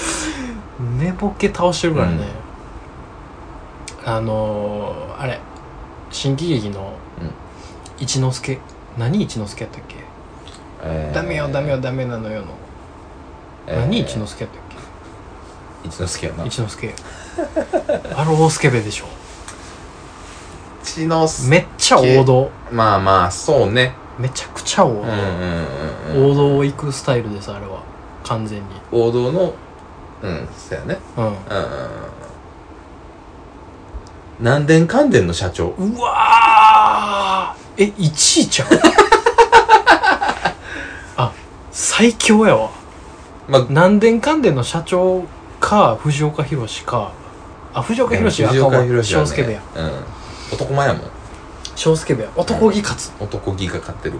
Speaker 2: 寝ぼけ倒してるからね、あのー、あれ新喜劇の
Speaker 1: うん
Speaker 2: 一之輔何一之輔やったっけ、
Speaker 1: えー
Speaker 2: ダメよダメよダメなのよの、
Speaker 1: えー
Speaker 2: 何一之輔やったっけ
Speaker 1: 一之輔やな
Speaker 2: 一之輔あれ大スケベでしょ
Speaker 1: 一之輔
Speaker 2: めっちゃ王道
Speaker 1: まあまあそうね
Speaker 2: めちゃくちゃ王
Speaker 1: うんう、んう
Speaker 2: 道
Speaker 1: んうん
Speaker 2: 王道を行くスタイルですあれは完全に
Speaker 1: 王道のうんそうやね
Speaker 2: うん
Speaker 1: うんうんうん南電関電の社長
Speaker 2: うわーえ1位ちゃう あ最強やわ
Speaker 1: まあ
Speaker 2: 南電関電の社長か藤岡弘かあ藤岡弘は
Speaker 1: 藤岡
Speaker 2: 赤
Speaker 1: 弘
Speaker 2: 小スケベや
Speaker 1: うん男前やもん
Speaker 2: 小スケベや男気勝つ、
Speaker 1: 男気が勝ってる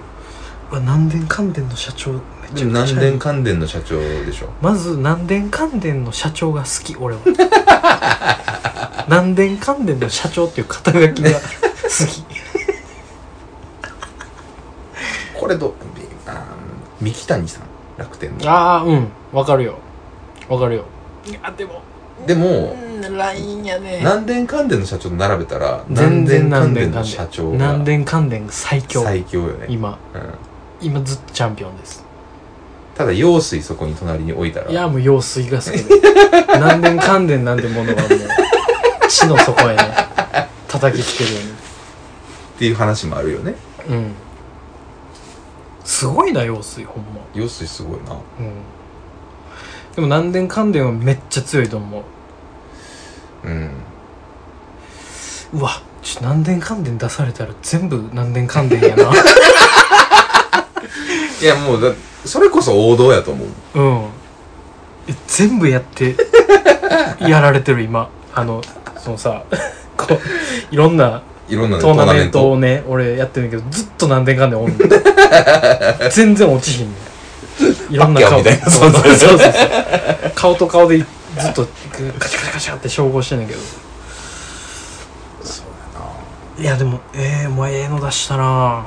Speaker 2: うわ南電関電の社長め
Speaker 1: でも南電関電の社長でしょ
Speaker 2: まず南電関電の社長が好き俺は 南電関電の社長っていう肩書きが好き
Speaker 1: これどびあー三木谷さん楽天の
Speaker 2: ああうんわかるよわかるよいやでも
Speaker 1: でも
Speaker 2: ラインやね
Speaker 1: 南電関電の社長と並べたら
Speaker 2: 全
Speaker 1: 南
Speaker 2: 然
Speaker 1: 電関電の
Speaker 2: 南電関電
Speaker 1: 社長が
Speaker 2: 南電関電最強
Speaker 1: 最強よね、
Speaker 2: 今
Speaker 1: うん、
Speaker 2: 今ずっとチャンピオンです
Speaker 1: ただ用水そこに隣に置いたら
Speaker 2: いやもう用水が好きで 南電関電なんてものはもう地の底へ ね叩きつけるよ
Speaker 1: っていう話もあるよね
Speaker 2: うにうんすごいな用水ほんま
Speaker 1: 用水すごいな
Speaker 2: うんでも南電関電はめっちゃ強いと思う
Speaker 1: うん
Speaker 2: うわちょっと南電関電出されたら全部南電関電や な
Speaker 1: いやもうだそれこそ王道やと思う
Speaker 2: うんえ全部やって やられてる今あのそのさこういろんない
Speaker 1: ろんなね
Speaker 2: トーナメントをね俺やってるんだけどずっと何点かんでおんねん 全然落ちひんねんいろんな顔
Speaker 1: バッキャーみたいな
Speaker 2: そうそうそうそう顔と顔でずっとカチャカチャカチャって照合してんねんけど
Speaker 1: そうやない
Speaker 2: やでもええー、もうええの出したな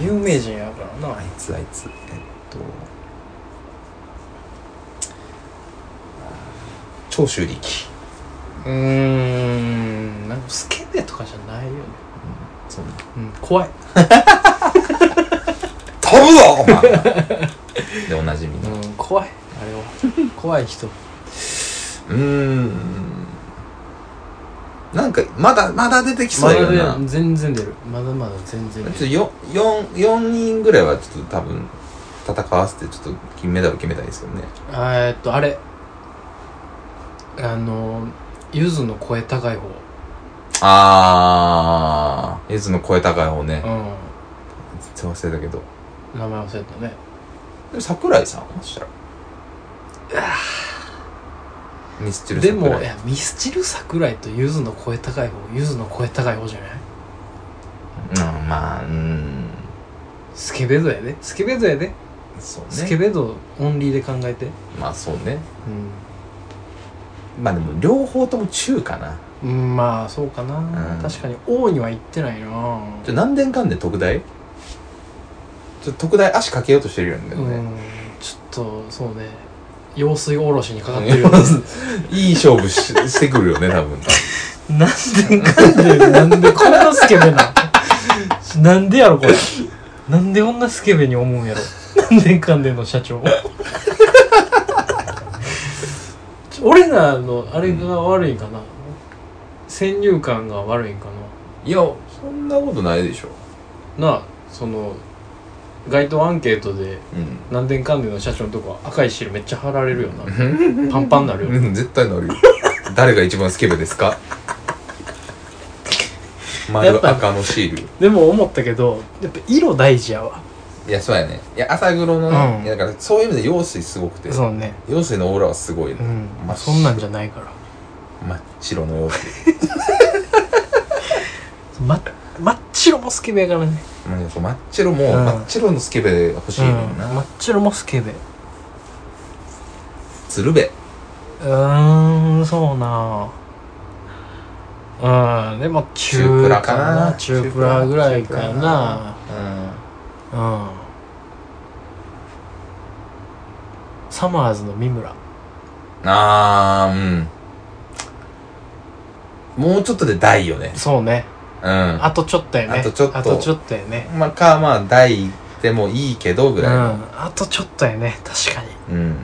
Speaker 2: 有名人やからな
Speaker 1: あいつあいつえっと長州力
Speaker 2: うーんなんかスケベとかじゃないよね
Speaker 1: そう
Speaker 2: うん怖い
Speaker 1: 飛ぶぞお前 でおなじみの
Speaker 2: うん怖いあれは怖い人
Speaker 1: うーんなんかまだまだ出てきそ
Speaker 2: ま
Speaker 1: うやよ
Speaker 2: だ
Speaker 1: な
Speaker 2: ね全然出るまだまだ全然
Speaker 1: ちょ
Speaker 2: 出
Speaker 1: っ
Speaker 2: る
Speaker 1: と 4, 4人ぐらいはちょっと多分戦わせてちょっと金メダル決めたいですよね
Speaker 2: えーっとあれあのゆずの声高い方
Speaker 1: あーゆずの声高い方ね
Speaker 2: う
Speaker 1: 全然忘れたけど
Speaker 2: ん名前忘れたね
Speaker 1: でも桜井さんはそしたらミスチル
Speaker 2: で
Speaker 1: 桜井
Speaker 2: もいやミスチル桜井とゆずの声高い方ゆずの声高い方じゃない
Speaker 1: うんまあうん
Speaker 2: スケベ度やでスケベ度やで、
Speaker 1: そうね
Speaker 2: スケベ度オンリーで考えて
Speaker 1: まあそうね
Speaker 2: うん
Speaker 1: まあでも両方とも中かな
Speaker 2: うんまあそうかな、
Speaker 1: うん
Speaker 2: 確かに王には行ってないな
Speaker 1: ちょ何年間で特大ちょ特大足かけようとしてるよね、で
Speaker 2: う
Speaker 1: もね
Speaker 2: んちょっとそうね用水おろしにかかってる よ
Speaker 1: いい勝負ししてくるよね多分
Speaker 2: なんでかんでなんでこんなスケベなんなんでやろこれなんでこんなスケベに思うんやろ何年間での社長ちょ俺らのあれが悪いんかな、先入観が悪いんか
Speaker 1: いやそんなことないでしょ
Speaker 2: ななあその街頭アンケートで
Speaker 1: うん
Speaker 2: 何年間での社長のとこ赤いシールめっちゃ貼られるよなパンパンになるよ
Speaker 1: うん絶対なるよ誰が一番スケベですか
Speaker 2: やっ
Speaker 1: 丸
Speaker 2: ぱ
Speaker 1: 赤のシール
Speaker 2: でも思ったけどやっぱ色大事やわ
Speaker 1: いやそうやねいや朝黒のね、
Speaker 2: うん
Speaker 1: いやだからそういう意味で用水すごくて
Speaker 2: そうね
Speaker 1: 用水のオーラはすごい、
Speaker 2: う
Speaker 1: ね
Speaker 2: ん
Speaker 1: まあ
Speaker 2: そんなんじゃないから
Speaker 1: 真っ白の用水
Speaker 2: ま、真っ白もスケベやからね
Speaker 1: まあねそう真っ白も、
Speaker 2: うん
Speaker 1: 真っ白のスケベが欲しいねんな、
Speaker 2: 真っ白もスケベう
Speaker 1: 鶴瓶
Speaker 2: ーんそうなうんでも中
Speaker 1: 中プラかな
Speaker 2: 中プラぐらいかな
Speaker 1: うん
Speaker 2: うんサマーズの三村
Speaker 1: あーうんもうちょっとで大よね
Speaker 2: そうね
Speaker 1: うん
Speaker 2: あとちょっとやね
Speaker 1: あとちょっと
Speaker 2: あとちょっとやね
Speaker 1: まあかまあ大でもいいけどぐ
Speaker 2: うん
Speaker 1: らい
Speaker 2: あとちょっとやね確かに
Speaker 1: うん、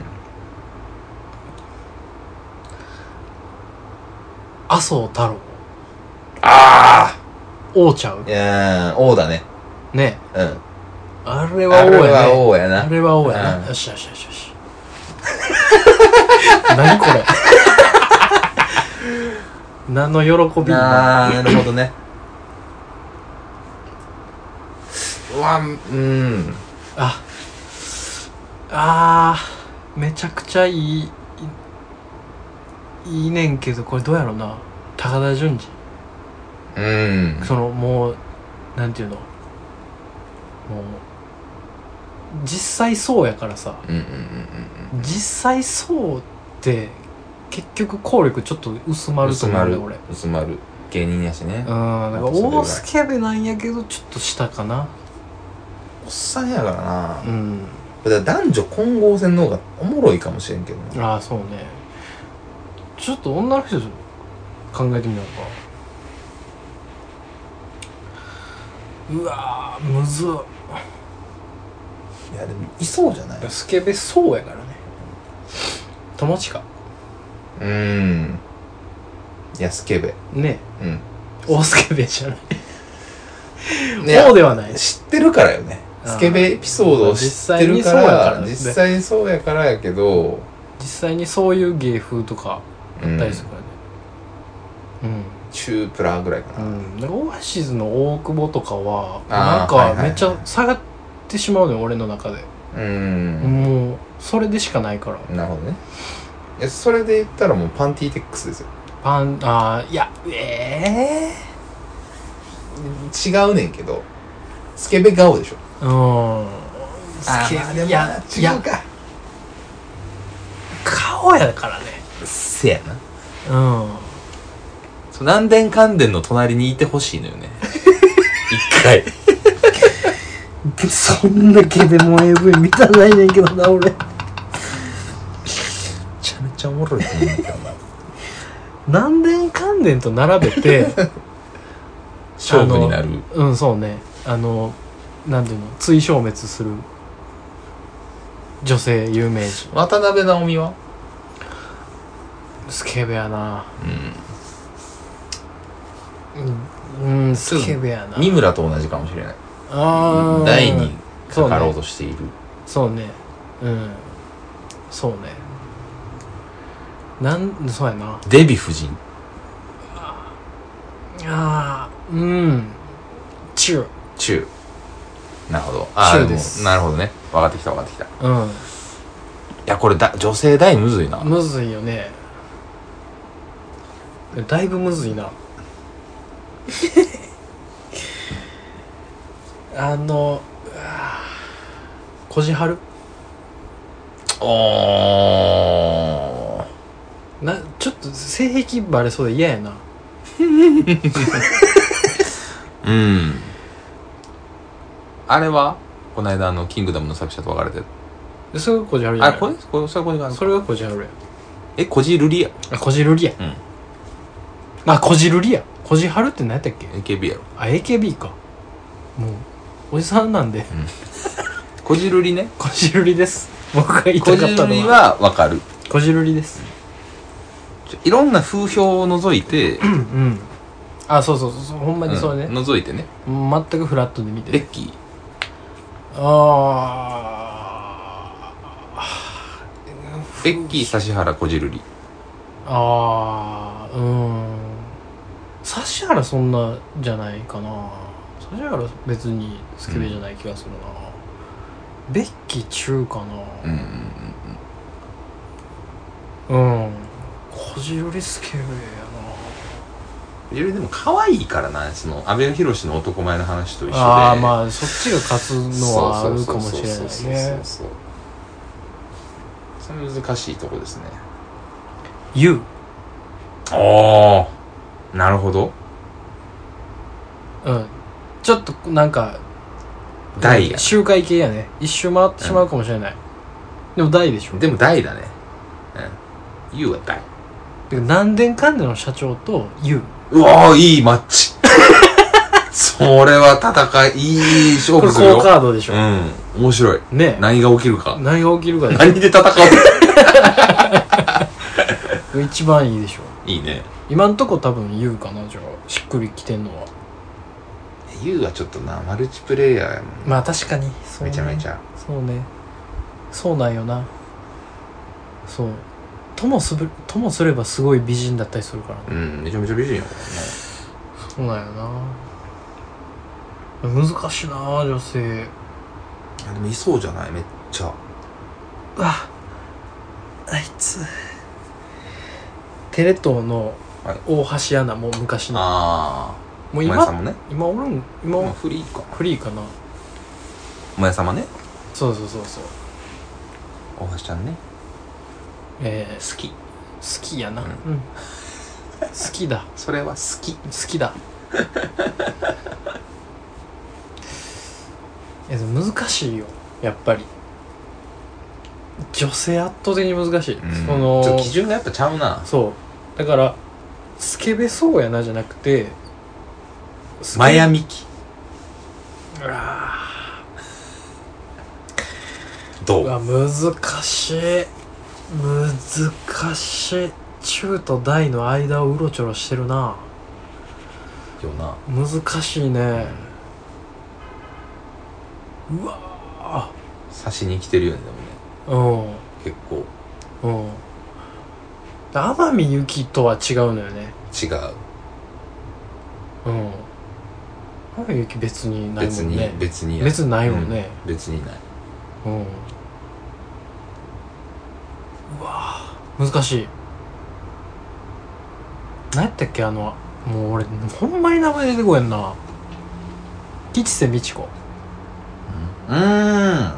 Speaker 2: 麻生太郎
Speaker 1: あ
Speaker 2: 王ちゃう
Speaker 1: あいやー王だね
Speaker 2: ね
Speaker 1: うん
Speaker 2: あれは
Speaker 1: あ
Speaker 2: 王
Speaker 1: れ
Speaker 2: や
Speaker 1: は
Speaker 2: ね
Speaker 1: 王やな
Speaker 2: あれは王やな、
Speaker 1: うん
Speaker 2: よしよしよしよし 何これ 何の喜び今
Speaker 1: あーなるほど ねうわうん
Speaker 2: ああーめちゃくちゃいいいいいねんけどこれどうやろうな高田純次
Speaker 1: うん
Speaker 2: そのもうなんていうのもう実際そうやからさ
Speaker 1: うんうん
Speaker 2: 実際そうって結局効力ちょっと薄
Speaker 1: う
Speaker 2: ま
Speaker 1: ん
Speaker 2: る
Speaker 1: 薄
Speaker 2: と思
Speaker 1: ま
Speaker 2: うんだ
Speaker 1: る
Speaker 2: よ俺
Speaker 1: 薄まる芸人やしね
Speaker 2: うん、だから大スケベなんやけどちょっと下かな
Speaker 1: おっさんやからな
Speaker 2: うん
Speaker 1: だから男女混合戦の方がおもろいかもしれんけどな
Speaker 2: ああそうねちょっと女の人考えてみようかうわーむずっ
Speaker 1: いやでもいそうじゃない
Speaker 2: スケベそうやからね友近か
Speaker 1: うんいやスケベ
Speaker 2: ね
Speaker 1: うん
Speaker 2: 大スケベじゃない
Speaker 1: いや
Speaker 2: 王ではないし
Speaker 1: 知ってるからよね
Speaker 2: あー
Speaker 1: スケベエピソードを知ってるか
Speaker 2: 実際にそうやから
Speaker 1: ら
Speaker 2: ね
Speaker 1: 実際にそうやからやけど
Speaker 2: 実際にそういう芸風とか
Speaker 1: う
Speaker 2: あっ
Speaker 1: ん
Speaker 2: たりするからねうん
Speaker 1: 中プラぐらいか
Speaker 2: う、
Speaker 1: なん
Speaker 2: でオアシズの大久保とかはな
Speaker 1: あーはい
Speaker 2: んか
Speaker 1: はいはい
Speaker 2: めっちゃ下がってしまうのよ俺の中で、
Speaker 1: うん
Speaker 2: もうそれでしかないから
Speaker 1: なるほどねいやそれで言ったらもうパンティーテックスですよ
Speaker 2: パンあーいやええ
Speaker 1: 違うねんけどスケベ顔でしょ
Speaker 2: うんスケ
Speaker 1: でも
Speaker 2: いやい
Speaker 1: 違う
Speaker 2: や
Speaker 1: か
Speaker 2: 顔やからね
Speaker 1: せやな
Speaker 2: うん
Speaker 1: そう南電関電の隣にいてほしいのよ ね一回
Speaker 2: そんだけでも AV 見たないねんけどな俺
Speaker 1: めちゃめちゃおもろいと思うんだけどな
Speaker 2: 何年関連と並べて
Speaker 1: 勝負になる
Speaker 2: あのうんそうねあのなんていうの追消滅する女性有名人
Speaker 1: 渡辺直美は
Speaker 2: スケベやな
Speaker 1: うん
Speaker 2: うん、うん、スケベやな
Speaker 1: 三村と同じかもしれない
Speaker 2: あー
Speaker 1: 台にかかろうとしている
Speaker 2: そうねうんそうねなんそうやな
Speaker 1: デヴィ夫人
Speaker 2: あーうんチュ
Speaker 1: 中なるほどああ
Speaker 2: 中です
Speaker 1: なるほどね分かってきた分かってきたい
Speaker 2: ー
Speaker 1: やこれだ女性大むずいな
Speaker 2: うんむずいよねだいぶむず いなあのうわーこじはる
Speaker 1: おー
Speaker 2: なちょっと性癖バレそうで嫌やな
Speaker 1: うんあれはこの間あのキングダムの作者と別れて
Speaker 2: でそれがこじはるじゃ
Speaker 1: あ
Speaker 2: ない
Speaker 1: これこれそれこれが
Speaker 2: それがこじはるや
Speaker 1: えこじるりや
Speaker 2: あこじるりや
Speaker 1: うん
Speaker 2: あこじるりやこじはるって何やったっけ
Speaker 1: AKB やろ
Speaker 2: あ AKB かもうおじさんなんで
Speaker 1: こじるりね
Speaker 2: こじるりです僕が言い
Speaker 1: こ
Speaker 2: たか
Speaker 1: じ
Speaker 2: った
Speaker 1: るり
Speaker 2: のは
Speaker 1: は分かる
Speaker 2: こじるりです
Speaker 1: ちょいろんな風評を除いて
Speaker 2: うんうんあそうそうそうそうほんまにそれ
Speaker 1: うん
Speaker 2: ね、
Speaker 1: 除いてね
Speaker 2: 全くフラットで見
Speaker 1: レッ
Speaker 2: て
Speaker 1: キー
Speaker 2: あ
Speaker 1: レッキー指原こじるり
Speaker 2: ーあーうーん指原そんなじゃないかな指原別にスケベじゃない気がするな、ベッキー中か
Speaker 1: う
Speaker 2: なん
Speaker 1: うんうん
Speaker 2: うん、こじるりスケベや
Speaker 1: こじるりでも可愛いからなその阿部寛の男前の話と一緒で
Speaker 2: なああーまあそっちが勝つのはあるかもしれないね
Speaker 1: そうそうそうそうそれ難しいとこですね
Speaker 2: YOU
Speaker 1: ああなるほど
Speaker 2: うんちょっとなんか
Speaker 1: 大や
Speaker 2: 周回系やね一周回ってしまうかもしれない、でも大でしょ
Speaker 1: でも大だねうん U は大
Speaker 2: で何年かんでの社長と YOU
Speaker 1: うわーいいマッチそれは戦いいい勝
Speaker 2: こ
Speaker 1: 負
Speaker 2: れ
Speaker 1: するよ
Speaker 2: 好カードでしょ、
Speaker 1: うん面白い
Speaker 2: ねえ
Speaker 1: 何が起きるか
Speaker 2: 何が起きるかで
Speaker 1: 何で戦う
Speaker 2: 一番いいでしょ
Speaker 1: いいね
Speaker 2: 今んとこ多分 YOU かなじゃあしっくりきてんのは
Speaker 1: U はちょっとなマルチプレイヤーやもん
Speaker 2: まあ確かにそうね
Speaker 1: めちゃめちゃ
Speaker 2: そうねそうなんよなそうともすぶともすればすごい美人だったりするからね
Speaker 1: うんめちゃめちゃ美人やもんね
Speaker 2: そうなんよな難しいな女性
Speaker 1: いやでもいそうじゃないめっちゃ
Speaker 2: うわあいつテレ東の
Speaker 1: はい
Speaker 2: 大橋アナも昔の、
Speaker 1: あ
Speaker 2: も
Speaker 1: あ
Speaker 2: う
Speaker 1: もやさま
Speaker 2: 今
Speaker 1: ね
Speaker 2: 今おるん今、
Speaker 1: まあフリーか
Speaker 2: フリーかな
Speaker 1: もやさまね
Speaker 2: そうそうそうそう
Speaker 1: 大橋ちゃんね
Speaker 2: えー、
Speaker 1: 好き
Speaker 2: 好きやな、
Speaker 1: う
Speaker 2: うんん好きだ
Speaker 1: それは好き
Speaker 2: 好きだいやでも難しいよやっぱり女性圧倒的に難しい、
Speaker 1: うん
Speaker 2: その
Speaker 1: ちょっと基準がやっぱちゃうな
Speaker 2: そうだからスケベそうやなじゃなくて
Speaker 1: マヤ
Speaker 2: ミ
Speaker 1: ミキど
Speaker 2: うわ
Speaker 1: う
Speaker 2: 難しい難しい中と大の間をうろちょろしてるな
Speaker 1: よな
Speaker 2: 難しいねうわ
Speaker 1: 刺しに来てるよねでもね
Speaker 2: うんうん
Speaker 1: 結構
Speaker 2: 天海祐希とは違うのよね
Speaker 1: 違う
Speaker 2: うん天海祐希別にないも
Speaker 1: 別
Speaker 2: ん
Speaker 1: に、
Speaker 2: ね
Speaker 1: 別にや
Speaker 2: 別にないもんね、
Speaker 1: うん別にない
Speaker 2: うんうわぁ難しい何やったっけあのもう俺ほんまに名前出てこへんな吉瀬美智子
Speaker 1: うーん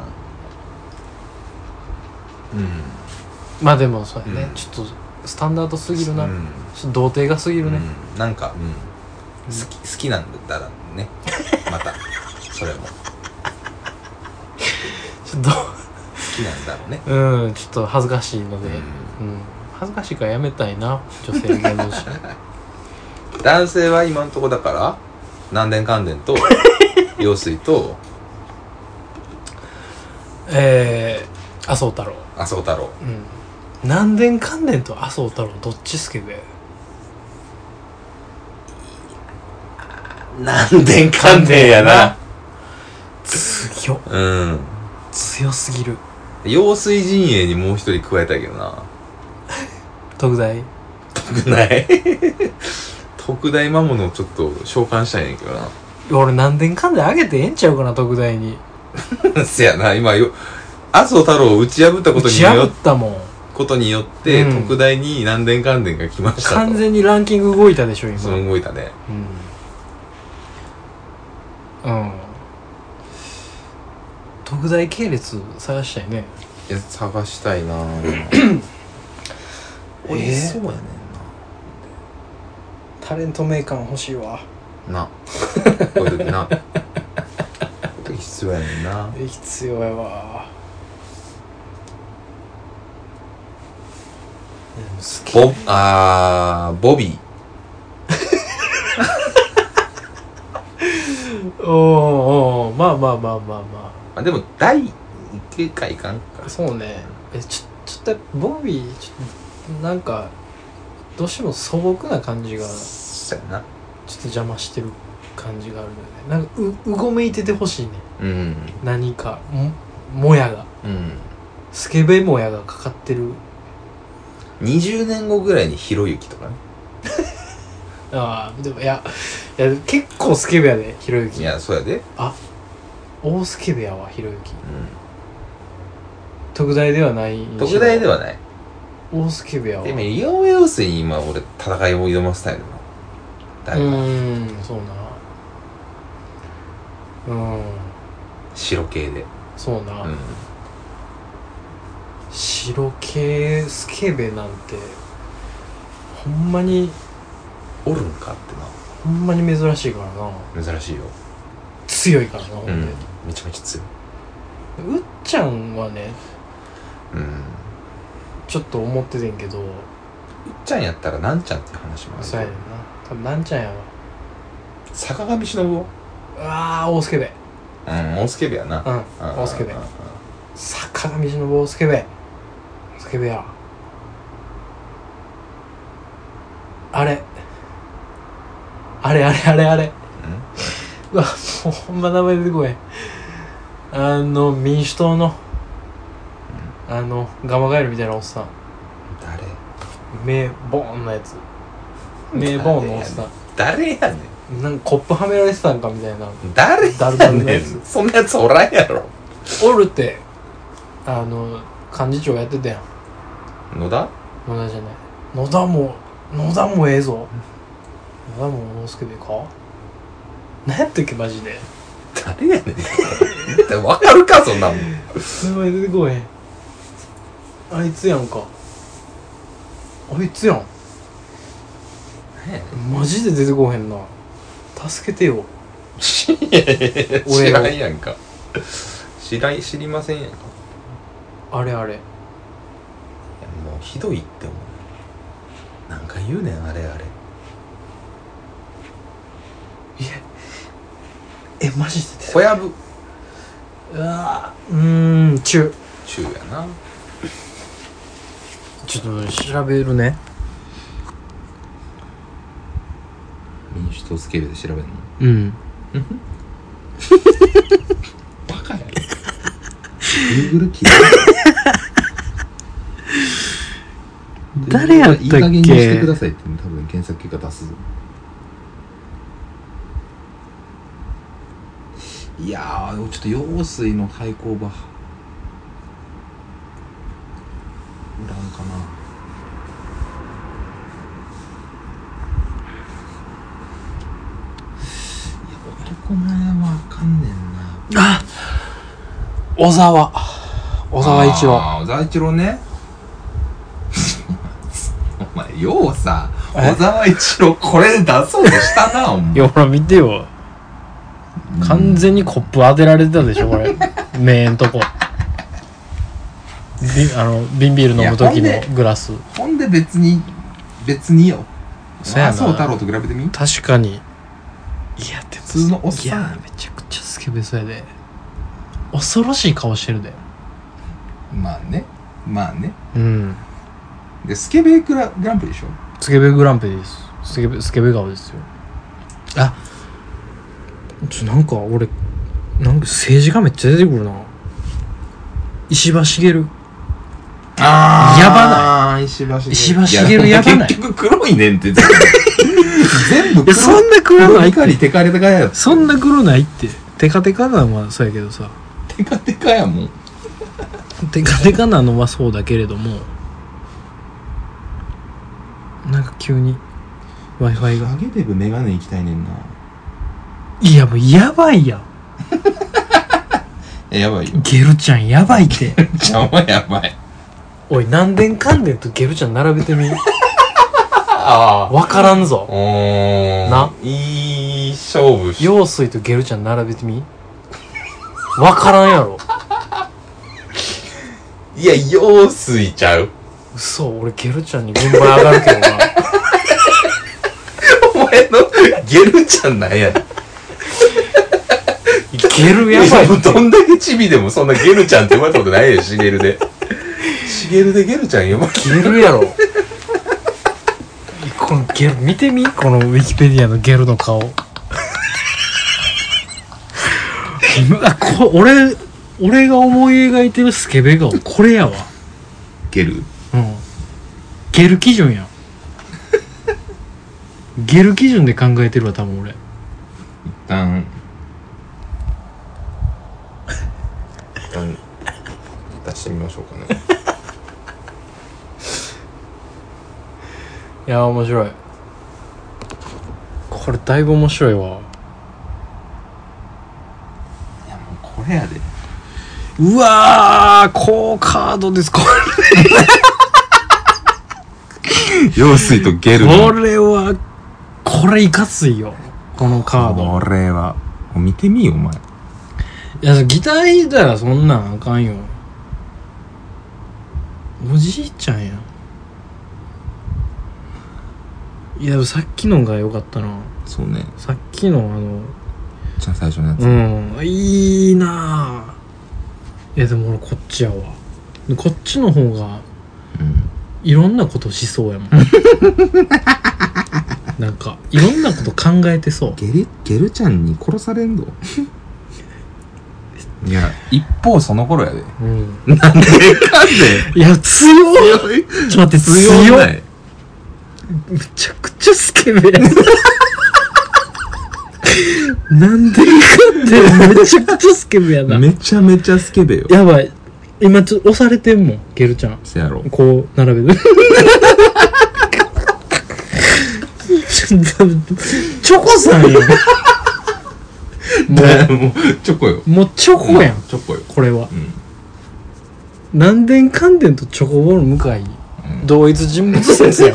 Speaker 1: うん
Speaker 2: まあでもそうやね、
Speaker 1: うん
Speaker 2: ちょっとスタンダードすぎるな、
Speaker 1: うん
Speaker 2: ちょっと童貞がすぎるね、
Speaker 1: うんなんか、うん、好き好きなんだら ねまたそれも好
Speaker 2: ちょっと
Speaker 1: きなんだろうね、
Speaker 2: うんちょっと恥ずかしいので、
Speaker 1: う
Speaker 2: うん恥ずかしいからやめたいな女性芸能 人
Speaker 1: ん、男性は今のとこだから南電関電 と陽水と
Speaker 2: えー、麻生太郎
Speaker 1: 麻生太郎
Speaker 2: うん何年関連と麻生太郎どっち好きで
Speaker 1: なんでんかんでんやな。
Speaker 2: 強
Speaker 1: うん。
Speaker 2: 強すぎる
Speaker 1: 用水陣営にもう一人加えたいけどな。
Speaker 2: 特大
Speaker 1: 特大 特大魔物をちょっと召喚したいねんけどな。
Speaker 2: 俺何年間で上げてええんちゃうかな特大に
Speaker 1: せやな、今よ、麻生太郎を打ち破ったこと
Speaker 2: 打
Speaker 1: に
Speaker 2: ち
Speaker 1: よ
Speaker 2: 破
Speaker 1: っ
Speaker 2: ったもん
Speaker 1: ことによって、
Speaker 2: うん
Speaker 1: 特大に何年関連が来ました
Speaker 2: 完
Speaker 1: と。
Speaker 2: 全にランキング動いたでしょ今
Speaker 1: その動いたね。
Speaker 2: うん、うん、特大系列探したいね
Speaker 1: いや、探したいなぁ。 おいしそうやねん
Speaker 2: タレント名感欲しいわ
Speaker 1: な。な。こういう時な。こういう時必要やねんな。
Speaker 2: 必要やわ
Speaker 1: ボ、あー、ボビー。
Speaker 2: おーおーまあまあまあまあま
Speaker 1: あ、でも、第1回いかんか
Speaker 2: あ。そうねえちょちょっとボビーちょっとなんかどうしても素朴な感じがちょっ
Speaker 1: そうやな。
Speaker 2: と邪魔してる感じがあるのよねなんかううごめいててほしいね
Speaker 1: うん。
Speaker 2: 何かももやが
Speaker 1: うん。
Speaker 2: スケベもやがかかってる
Speaker 1: 20年後ぐらいにひろゆきとかね。
Speaker 2: ああでもいやいや結構スケベやでひろゆ
Speaker 1: い
Speaker 2: き
Speaker 1: や、そうやで。
Speaker 2: 大スケベやわひろゆき
Speaker 1: う
Speaker 2: 特大ではない
Speaker 1: ん。特大で
Speaker 2: は
Speaker 1: はない。
Speaker 2: 大スケベやわ
Speaker 1: でも、井上陽水に今、俺、戦いを挑ませたいの。
Speaker 2: う
Speaker 1: 誰か、
Speaker 2: ーんそうなうん
Speaker 1: 白系で。
Speaker 2: そうな、
Speaker 1: うん。
Speaker 2: 白系スケベなんてほんまに
Speaker 1: おるんかっ
Speaker 2: ほんまに珍しいからな
Speaker 1: てな。珍しいよ。
Speaker 2: 強いからな、ほ
Speaker 1: うんん
Speaker 2: で。
Speaker 1: めちゃめちゃ強い。
Speaker 2: うっちゃんはね
Speaker 1: うん。
Speaker 2: ちょっと思っててんけど
Speaker 1: うっちゃんやったらなんちゃんって話もある
Speaker 2: そうやねんな多分なんちゃんやわ
Speaker 1: 坂上忍は
Speaker 2: ああ大スケベ
Speaker 1: うん大スケベやな
Speaker 2: うん
Speaker 1: うん
Speaker 2: 大スケベ
Speaker 1: うんうん
Speaker 2: 坂上忍大スケベスケベやあれあれあれあれあれうわもうほんま名前出てこへんあの民主党のあのガマガエルみたいなおっさん
Speaker 1: 誰
Speaker 2: 目ボーンなやつ目ボーンのおっさ
Speaker 1: 誰やね
Speaker 2: んなんかコップはめられてたんかみたいなん
Speaker 1: 誰
Speaker 2: 誰
Speaker 1: や
Speaker 2: 誰の
Speaker 1: ね
Speaker 2: や
Speaker 1: ん
Speaker 2: つ
Speaker 1: そんなやつおらんやろ
Speaker 2: おるってあの幹事長やってたやん
Speaker 1: 野田
Speaker 2: 野田じゃない野田も野田もええぞ野田も大助でか何やったっけマジで
Speaker 1: 誰やねんわかるかそん なもん
Speaker 2: 名前出てこへんあいつやんかあいつやんマジで出てこへんな助けてよ
Speaker 1: 知らんやんか知らん知りませんやんか
Speaker 2: あれあれ
Speaker 1: いやもうひどいって思うなんか言うねんあれあれ
Speaker 2: えマジで出て
Speaker 1: 小籔
Speaker 2: うわーうーん中
Speaker 1: 中やな
Speaker 2: ちょっと調べるね
Speaker 1: 民主党スケベで調べるの
Speaker 2: うん
Speaker 1: バカやろ Google 聞いて
Speaker 2: 誰やったっけ
Speaker 1: いい加減にしてくださいって多分検索結果出すぞいやーちょっと用水の対抗馬おらんかな俺この辺はあかんねんな
Speaker 2: 小沢小沢一郎
Speaker 1: あー小沢一郎ね お前ようさ
Speaker 2: え
Speaker 1: 小沢一郎これで出そうとした なお前
Speaker 2: いやほら見てよ完全にコップ当てられてたでしょこ れ目んとこビあの瓶ビール飲む時
Speaker 1: いやほ
Speaker 2: のグラス
Speaker 1: ほんで別に別によ
Speaker 2: そうやな
Speaker 1: 麻生太郎と比べてみ
Speaker 2: 確かにいやで
Speaker 1: 普
Speaker 2: も
Speaker 1: 通のおっ
Speaker 2: い
Speaker 1: さ
Speaker 2: や
Speaker 1: ん
Speaker 2: めちゃくちゃスケベそうやで恐ろしい顔してるで
Speaker 1: まあねまあね
Speaker 2: うん
Speaker 1: でスケベグラグランプリでしょ
Speaker 2: スケベグランプリですスケベスケベ顔ですよあちょなんか俺なんか政治家めっちゃ出てくるな石破茂
Speaker 1: あ
Speaker 2: や
Speaker 1: ばない石橋茂
Speaker 2: 石破茂やばない
Speaker 1: 結局黒いねんって言ってた全部黒
Speaker 2: いやそんな黒ない
Speaker 1: 怒りテカレテカや
Speaker 2: そんな黒ないってテカテカなのはそうやけどさ
Speaker 1: テカテカやもん
Speaker 2: テカテカなのはそうだけれどもなんか急に w i f i が
Speaker 1: ハゲデブメガネ行きたいねんない
Speaker 2: やもうやばいやん
Speaker 1: えやばいよ
Speaker 2: ゲルちゃんやばいって
Speaker 1: 邪魔やばい
Speaker 2: おい何年かんでんとゲルちゃん並べてみ
Speaker 1: あ
Speaker 2: わからんぞ
Speaker 1: おないい勝負し
Speaker 2: 陽水とゲルちゃん並べてみわからんやろ
Speaker 1: いや用水ちゃう
Speaker 2: 嘘俺ゲルちゃんに軍配上がるけどな
Speaker 1: お前のゲルちゃんなんや
Speaker 2: ゲルやばい
Speaker 1: いもうどんだけチビでもそんなゲルちゃんって呼ばれたことないよシゲルでシゲルでゲルちゃん呼ばれ
Speaker 2: ゲルやろ このゲル見てみこのウィキペディアのゲルの 顔あこ俺俺が思い描いてるスケベ顔これやわ
Speaker 1: ゲル
Speaker 2: うんゲル基準やんゲル基準で考えてるわ多分俺
Speaker 1: 一旦一旦出してみましょうかね
Speaker 2: いや面白いこれだいぶ面白いわ
Speaker 1: いやもうこれやで
Speaker 2: うわー高カードですこ
Speaker 1: 用水とゲル
Speaker 2: れこれはこれいかついよこのカード
Speaker 1: これはもう見てみよお前
Speaker 2: いやギター弾いたらそんなんあかんよおじいちゃんやいやでもさっきのが良かったな
Speaker 1: そうね
Speaker 2: さっきのあの
Speaker 1: じゃあ最初のやつ、
Speaker 2: うんいいなあいやでも俺こっちやわでこっちの方がいろんなことしそうやもんなんかいろんなこと考えてそう
Speaker 1: ゲルゲルちゃんに殺されんぞ いや一方その頃やで
Speaker 2: うん
Speaker 1: なんで
Speaker 2: いや強っちょっと待って強
Speaker 1: 強
Speaker 2: っ
Speaker 1: い
Speaker 2: めちゃくちゃスケベやなんでいかってめちゃくちゃスケベやな
Speaker 1: めちゃめちゃスケベよ
Speaker 2: やばい今ちょっと押されてんもんゲルちゃん
Speaker 1: せやろ
Speaker 2: こう並べるちょチョコさ んやん
Speaker 1: もうチョコよ
Speaker 2: もうチョコやん
Speaker 1: チョコよ
Speaker 2: これは
Speaker 1: うん
Speaker 2: 何でんかんでんとチョコボール向かいに
Speaker 1: うん
Speaker 2: 同一人物説や ん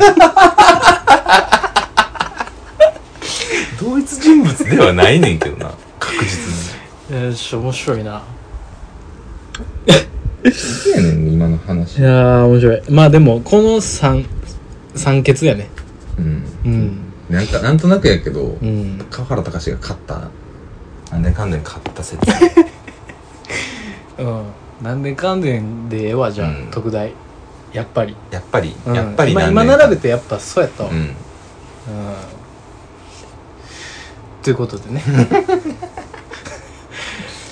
Speaker 1: 同一人物ではないねんけどな確実
Speaker 2: えーし面白いな
Speaker 1: にやねん今の
Speaker 2: い
Speaker 1: 話
Speaker 2: やー面白いまあでもこの三三欠やね
Speaker 1: うん
Speaker 2: うん
Speaker 1: なんかなんとなくやけど
Speaker 2: うん
Speaker 1: 川原隆が勝ったなんでかんでん勝った説
Speaker 2: うんなんでかんでんでええわじゃ
Speaker 1: う
Speaker 2: あ、
Speaker 1: ん
Speaker 2: 特大やっぱり、
Speaker 1: やっぱり
Speaker 2: うん
Speaker 1: やっぱり
Speaker 2: 今今並べてやっぱそうやったわ
Speaker 1: う
Speaker 2: うん
Speaker 1: ん
Speaker 2: ということでね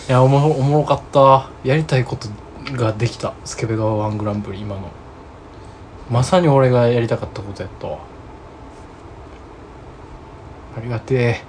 Speaker 2: いやおもろおもろかったやりたいことができたスケベ川ワングランプリ今のまさに俺がやりたかったことやったわありがてえ